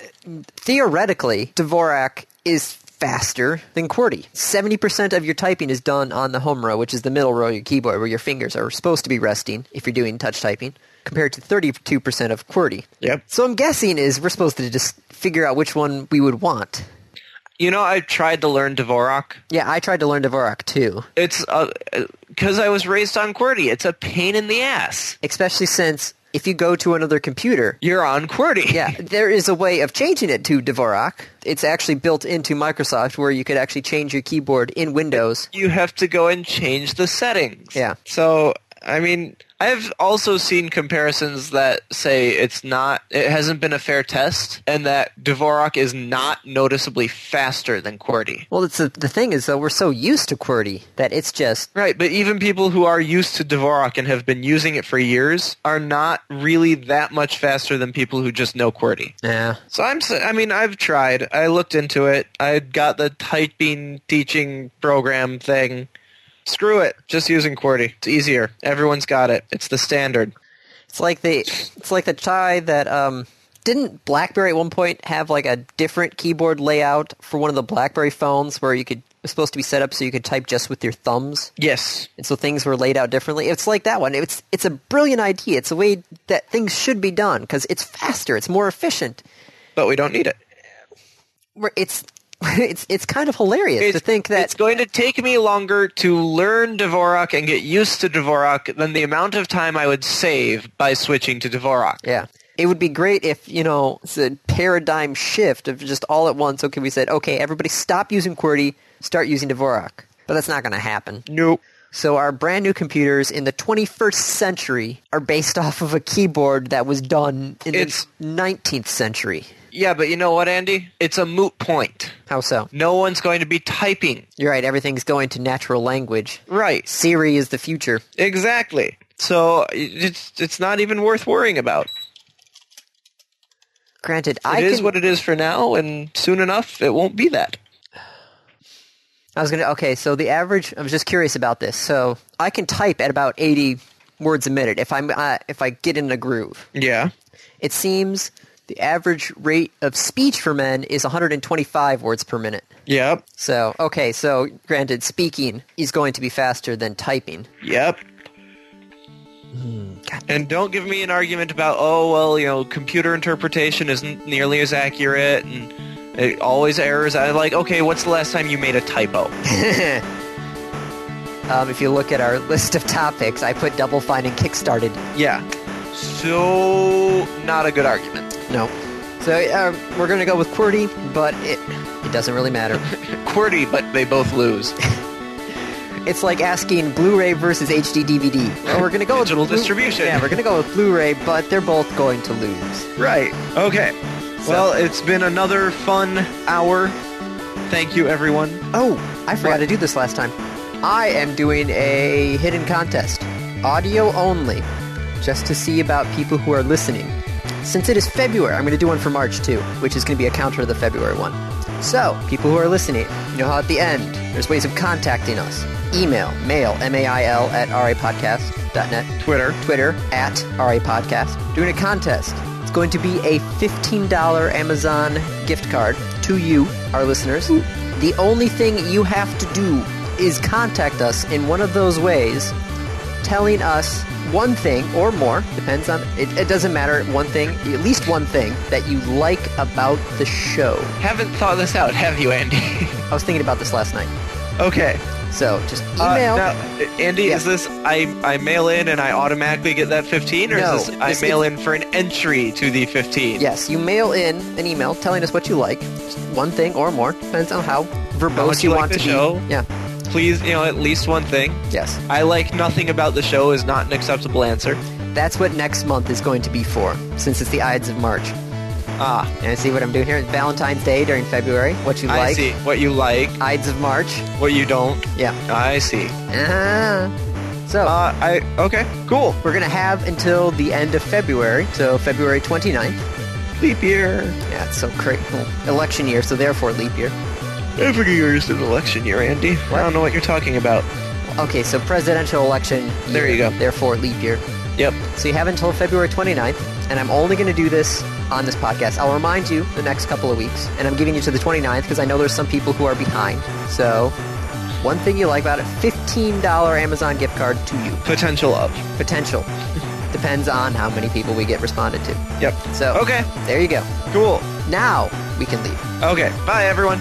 [SPEAKER 1] theoretically, Dvorak is faster than QWERTY. 70% of your typing is done on the home row, which is the middle row of your keyboard where your fingers are supposed to be resting if you're doing touch typing, compared to 32% of QWERTY.
[SPEAKER 2] Yep.
[SPEAKER 1] So I'm guessing is we're supposed to just figure out which one we would want.
[SPEAKER 2] You know, I tried to learn Dvorak.
[SPEAKER 1] Yeah, I tried to learn Dvorak too,
[SPEAKER 2] It's because I was raised on QWERTY. It's a pain in the ass.
[SPEAKER 1] especially since if you go to another computer,
[SPEAKER 2] You're on QWERTY.
[SPEAKER 1] yeah, there is a way of changing it to Dvorak. It's actually built into Microsoft where you could actually change your keyboard in Windows.
[SPEAKER 2] you have to go and change the settings.
[SPEAKER 1] Yeah.
[SPEAKER 2] So I mean, I've also seen comparisons that say it's not, it hasn't been a fair test, and that Dvorak is not noticeably faster than QWERTY.
[SPEAKER 1] Well, it's the, the thing is though we're so used to QWERTY that it's just
[SPEAKER 2] Right, but even people who are used to Dvorak and have been using it for years are not really that much faster than people who just know QWERTY.
[SPEAKER 1] yeah.
[SPEAKER 2] So I'm, s- I mean, I've tried. I looked into it. I got the tight bean teaching program thing. Screw it. Just using QWERTY. It's easier. Everyone's got it. It's the standard.
[SPEAKER 1] It's like the it's like the tie that um didn't BlackBerry at one point have like a different keyboard layout for one of the BlackBerry phones where you could it was supposed to be set up so you could type just with your thumbs
[SPEAKER 2] Yes.
[SPEAKER 1] and so things were laid out differently. It's like that one. It's it's a brilliant idea. It's a way that things should be done because it's faster, it's more efficient.
[SPEAKER 2] But we don't need it.
[SPEAKER 1] We're- It's it's it's kind of hilarious to
[SPEAKER 2] It's-
[SPEAKER 1] think
[SPEAKER 2] it's
[SPEAKER 1] that
[SPEAKER 2] going to take me longer to learn Dvorak and get used to Dvorak than the amount of time I would save by switching to Dvorak.
[SPEAKER 1] yeah. It would be great if, you know, it's a paradigm shift of just all at once. Okay, we said, okay, everybody stop using QWERTY, start using Dvorak. But that's not going to happen.
[SPEAKER 2] Nope.
[SPEAKER 1] So our brand new computers in the 21st century are based off of a keyboard that was done in
[SPEAKER 2] It's-
[SPEAKER 1] the 19th century.
[SPEAKER 2] Yeah, but you know what, Andy? It's a moot point.
[SPEAKER 1] How so?
[SPEAKER 2] No one's going to be typing.
[SPEAKER 1] You're right. Everything's going to natural language.
[SPEAKER 2] Right.
[SPEAKER 1] Siri is the future.
[SPEAKER 2] Exactly. So it's it's not even worth worrying about.
[SPEAKER 1] Granted, I
[SPEAKER 2] It is
[SPEAKER 1] can,
[SPEAKER 2] what it is for now, and soon enough, it won't be that.
[SPEAKER 1] I was gonna. Okay, so the average. I was just curious about this. So I can type at about 80 words a minute if I'm uh, if I get in a groove.
[SPEAKER 2] Yeah.
[SPEAKER 1] It seems the average rate of speech for men is 125 words per minute.
[SPEAKER 2] Yep.
[SPEAKER 1] So okay, so granted, speaking is going to be faster than typing.
[SPEAKER 2] Yep.
[SPEAKER 1] Hmm, God.
[SPEAKER 2] And don't give me an argument about oh well you know computer interpretation isn't nearly as accurate and it always errors. I like okay what's the last time you made a typo?
[SPEAKER 1] Um, if you look at our list of topics, I put Double Fine and Kickstarted.
[SPEAKER 2] yeah. So not a good argument.
[SPEAKER 1] No. So uh, we're going to go with QWERTY, but it, it doesn't really matter.
[SPEAKER 2] QWERTY, but they both lose.
[SPEAKER 1] it's like asking Blu-ray versus HD DVD. Well, we're going to go
[SPEAKER 2] Digital
[SPEAKER 1] with Blu-
[SPEAKER 2] distribution.
[SPEAKER 1] Yeah, we're going to go with Blu-ray, but they're both going to lose.
[SPEAKER 2] Right. Okay.
[SPEAKER 1] So-
[SPEAKER 2] Well, it's been another fun hour. Thank you, everyone.
[SPEAKER 1] Oh, I forgot
[SPEAKER 2] What?
[SPEAKER 1] to do this last time. I am doing a hidden contest, audio only, just to see about people who are listening. Since it is February, I'm going to do one for March too, which is going to be a counter to the February one. So, people who are listening, you know how at the end, there's ways of contacting us. Email, mail, M-A-I-L at rapodcast.net.
[SPEAKER 2] Twitter.
[SPEAKER 1] Twitter at RA Podcast, doing a contest. It's going to be a $15 Amazon gift card to you, our listeners. The only thing you have to do is contact us in one of those ways, telling us one thing or more, depends on, it, it doesn't matter, one thing, at least one thing that you like about the show.
[SPEAKER 2] Haven't thought this out, have you, Andy?
[SPEAKER 1] I was thinking about this last night.
[SPEAKER 2] okay.
[SPEAKER 1] So just
[SPEAKER 2] Uh,
[SPEAKER 1] email.
[SPEAKER 2] now, Andy,
[SPEAKER 1] Yeah.
[SPEAKER 2] is this I, I mail in and I automatically get that 15, or
[SPEAKER 1] No,
[SPEAKER 2] is this I
[SPEAKER 1] this
[SPEAKER 2] mail
[SPEAKER 1] is-
[SPEAKER 2] in for an entry to the 15?
[SPEAKER 1] Yes, you mail in an email telling us what you like, just one thing or more, depends on how verbose
[SPEAKER 2] you like
[SPEAKER 1] want
[SPEAKER 2] the
[SPEAKER 1] to
[SPEAKER 2] show.
[SPEAKER 1] be. Yeah,
[SPEAKER 2] Please, you know, at least one thing.
[SPEAKER 1] yes,
[SPEAKER 2] I like nothing about the show is not an acceptable answer.
[SPEAKER 1] that's what next month is going to be for, since it's the Ides of March.
[SPEAKER 2] Ah,
[SPEAKER 1] And I see what I'm doing here. Valentine's Day during February. What you
[SPEAKER 2] I
[SPEAKER 1] like?
[SPEAKER 2] see. What you like,
[SPEAKER 1] Ides of March.
[SPEAKER 2] what you don't.
[SPEAKER 1] Yeah.
[SPEAKER 2] I see.
[SPEAKER 1] Uh-huh. So
[SPEAKER 2] Uh, I okay, cool.
[SPEAKER 1] we're gonna have until the end of February, so February 29th.
[SPEAKER 2] Leap year.
[SPEAKER 1] Yeah, it's so crazy. election year, so therefore leap year.
[SPEAKER 2] Every year is an election year, Andy. I don't know what you're talking about.
[SPEAKER 1] Okay, so presidential election.
[SPEAKER 2] There
[SPEAKER 1] year,
[SPEAKER 2] you go.
[SPEAKER 1] Therefore leap year.
[SPEAKER 2] Yep.
[SPEAKER 1] So you have until February 29th, and I'm only going to do this on this podcast. I'll remind you the next couple of weeks, and I'm giving you to the 29th because I know there's some people who are behind. So, one thing you like about it, $15 Amazon gift card to you.
[SPEAKER 2] Potential of.
[SPEAKER 1] Potential. Depends on how many people we get responded to.
[SPEAKER 2] Yep.
[SPEAKER 1] So,
[SPEAKER 2] Okay.
[SPEAKER 1] there you go.
[SPEAKER 2] Cool.
[SPEAKER 1] Now we can leave.
[SPEAKER 2] Okay. Bye, everyone.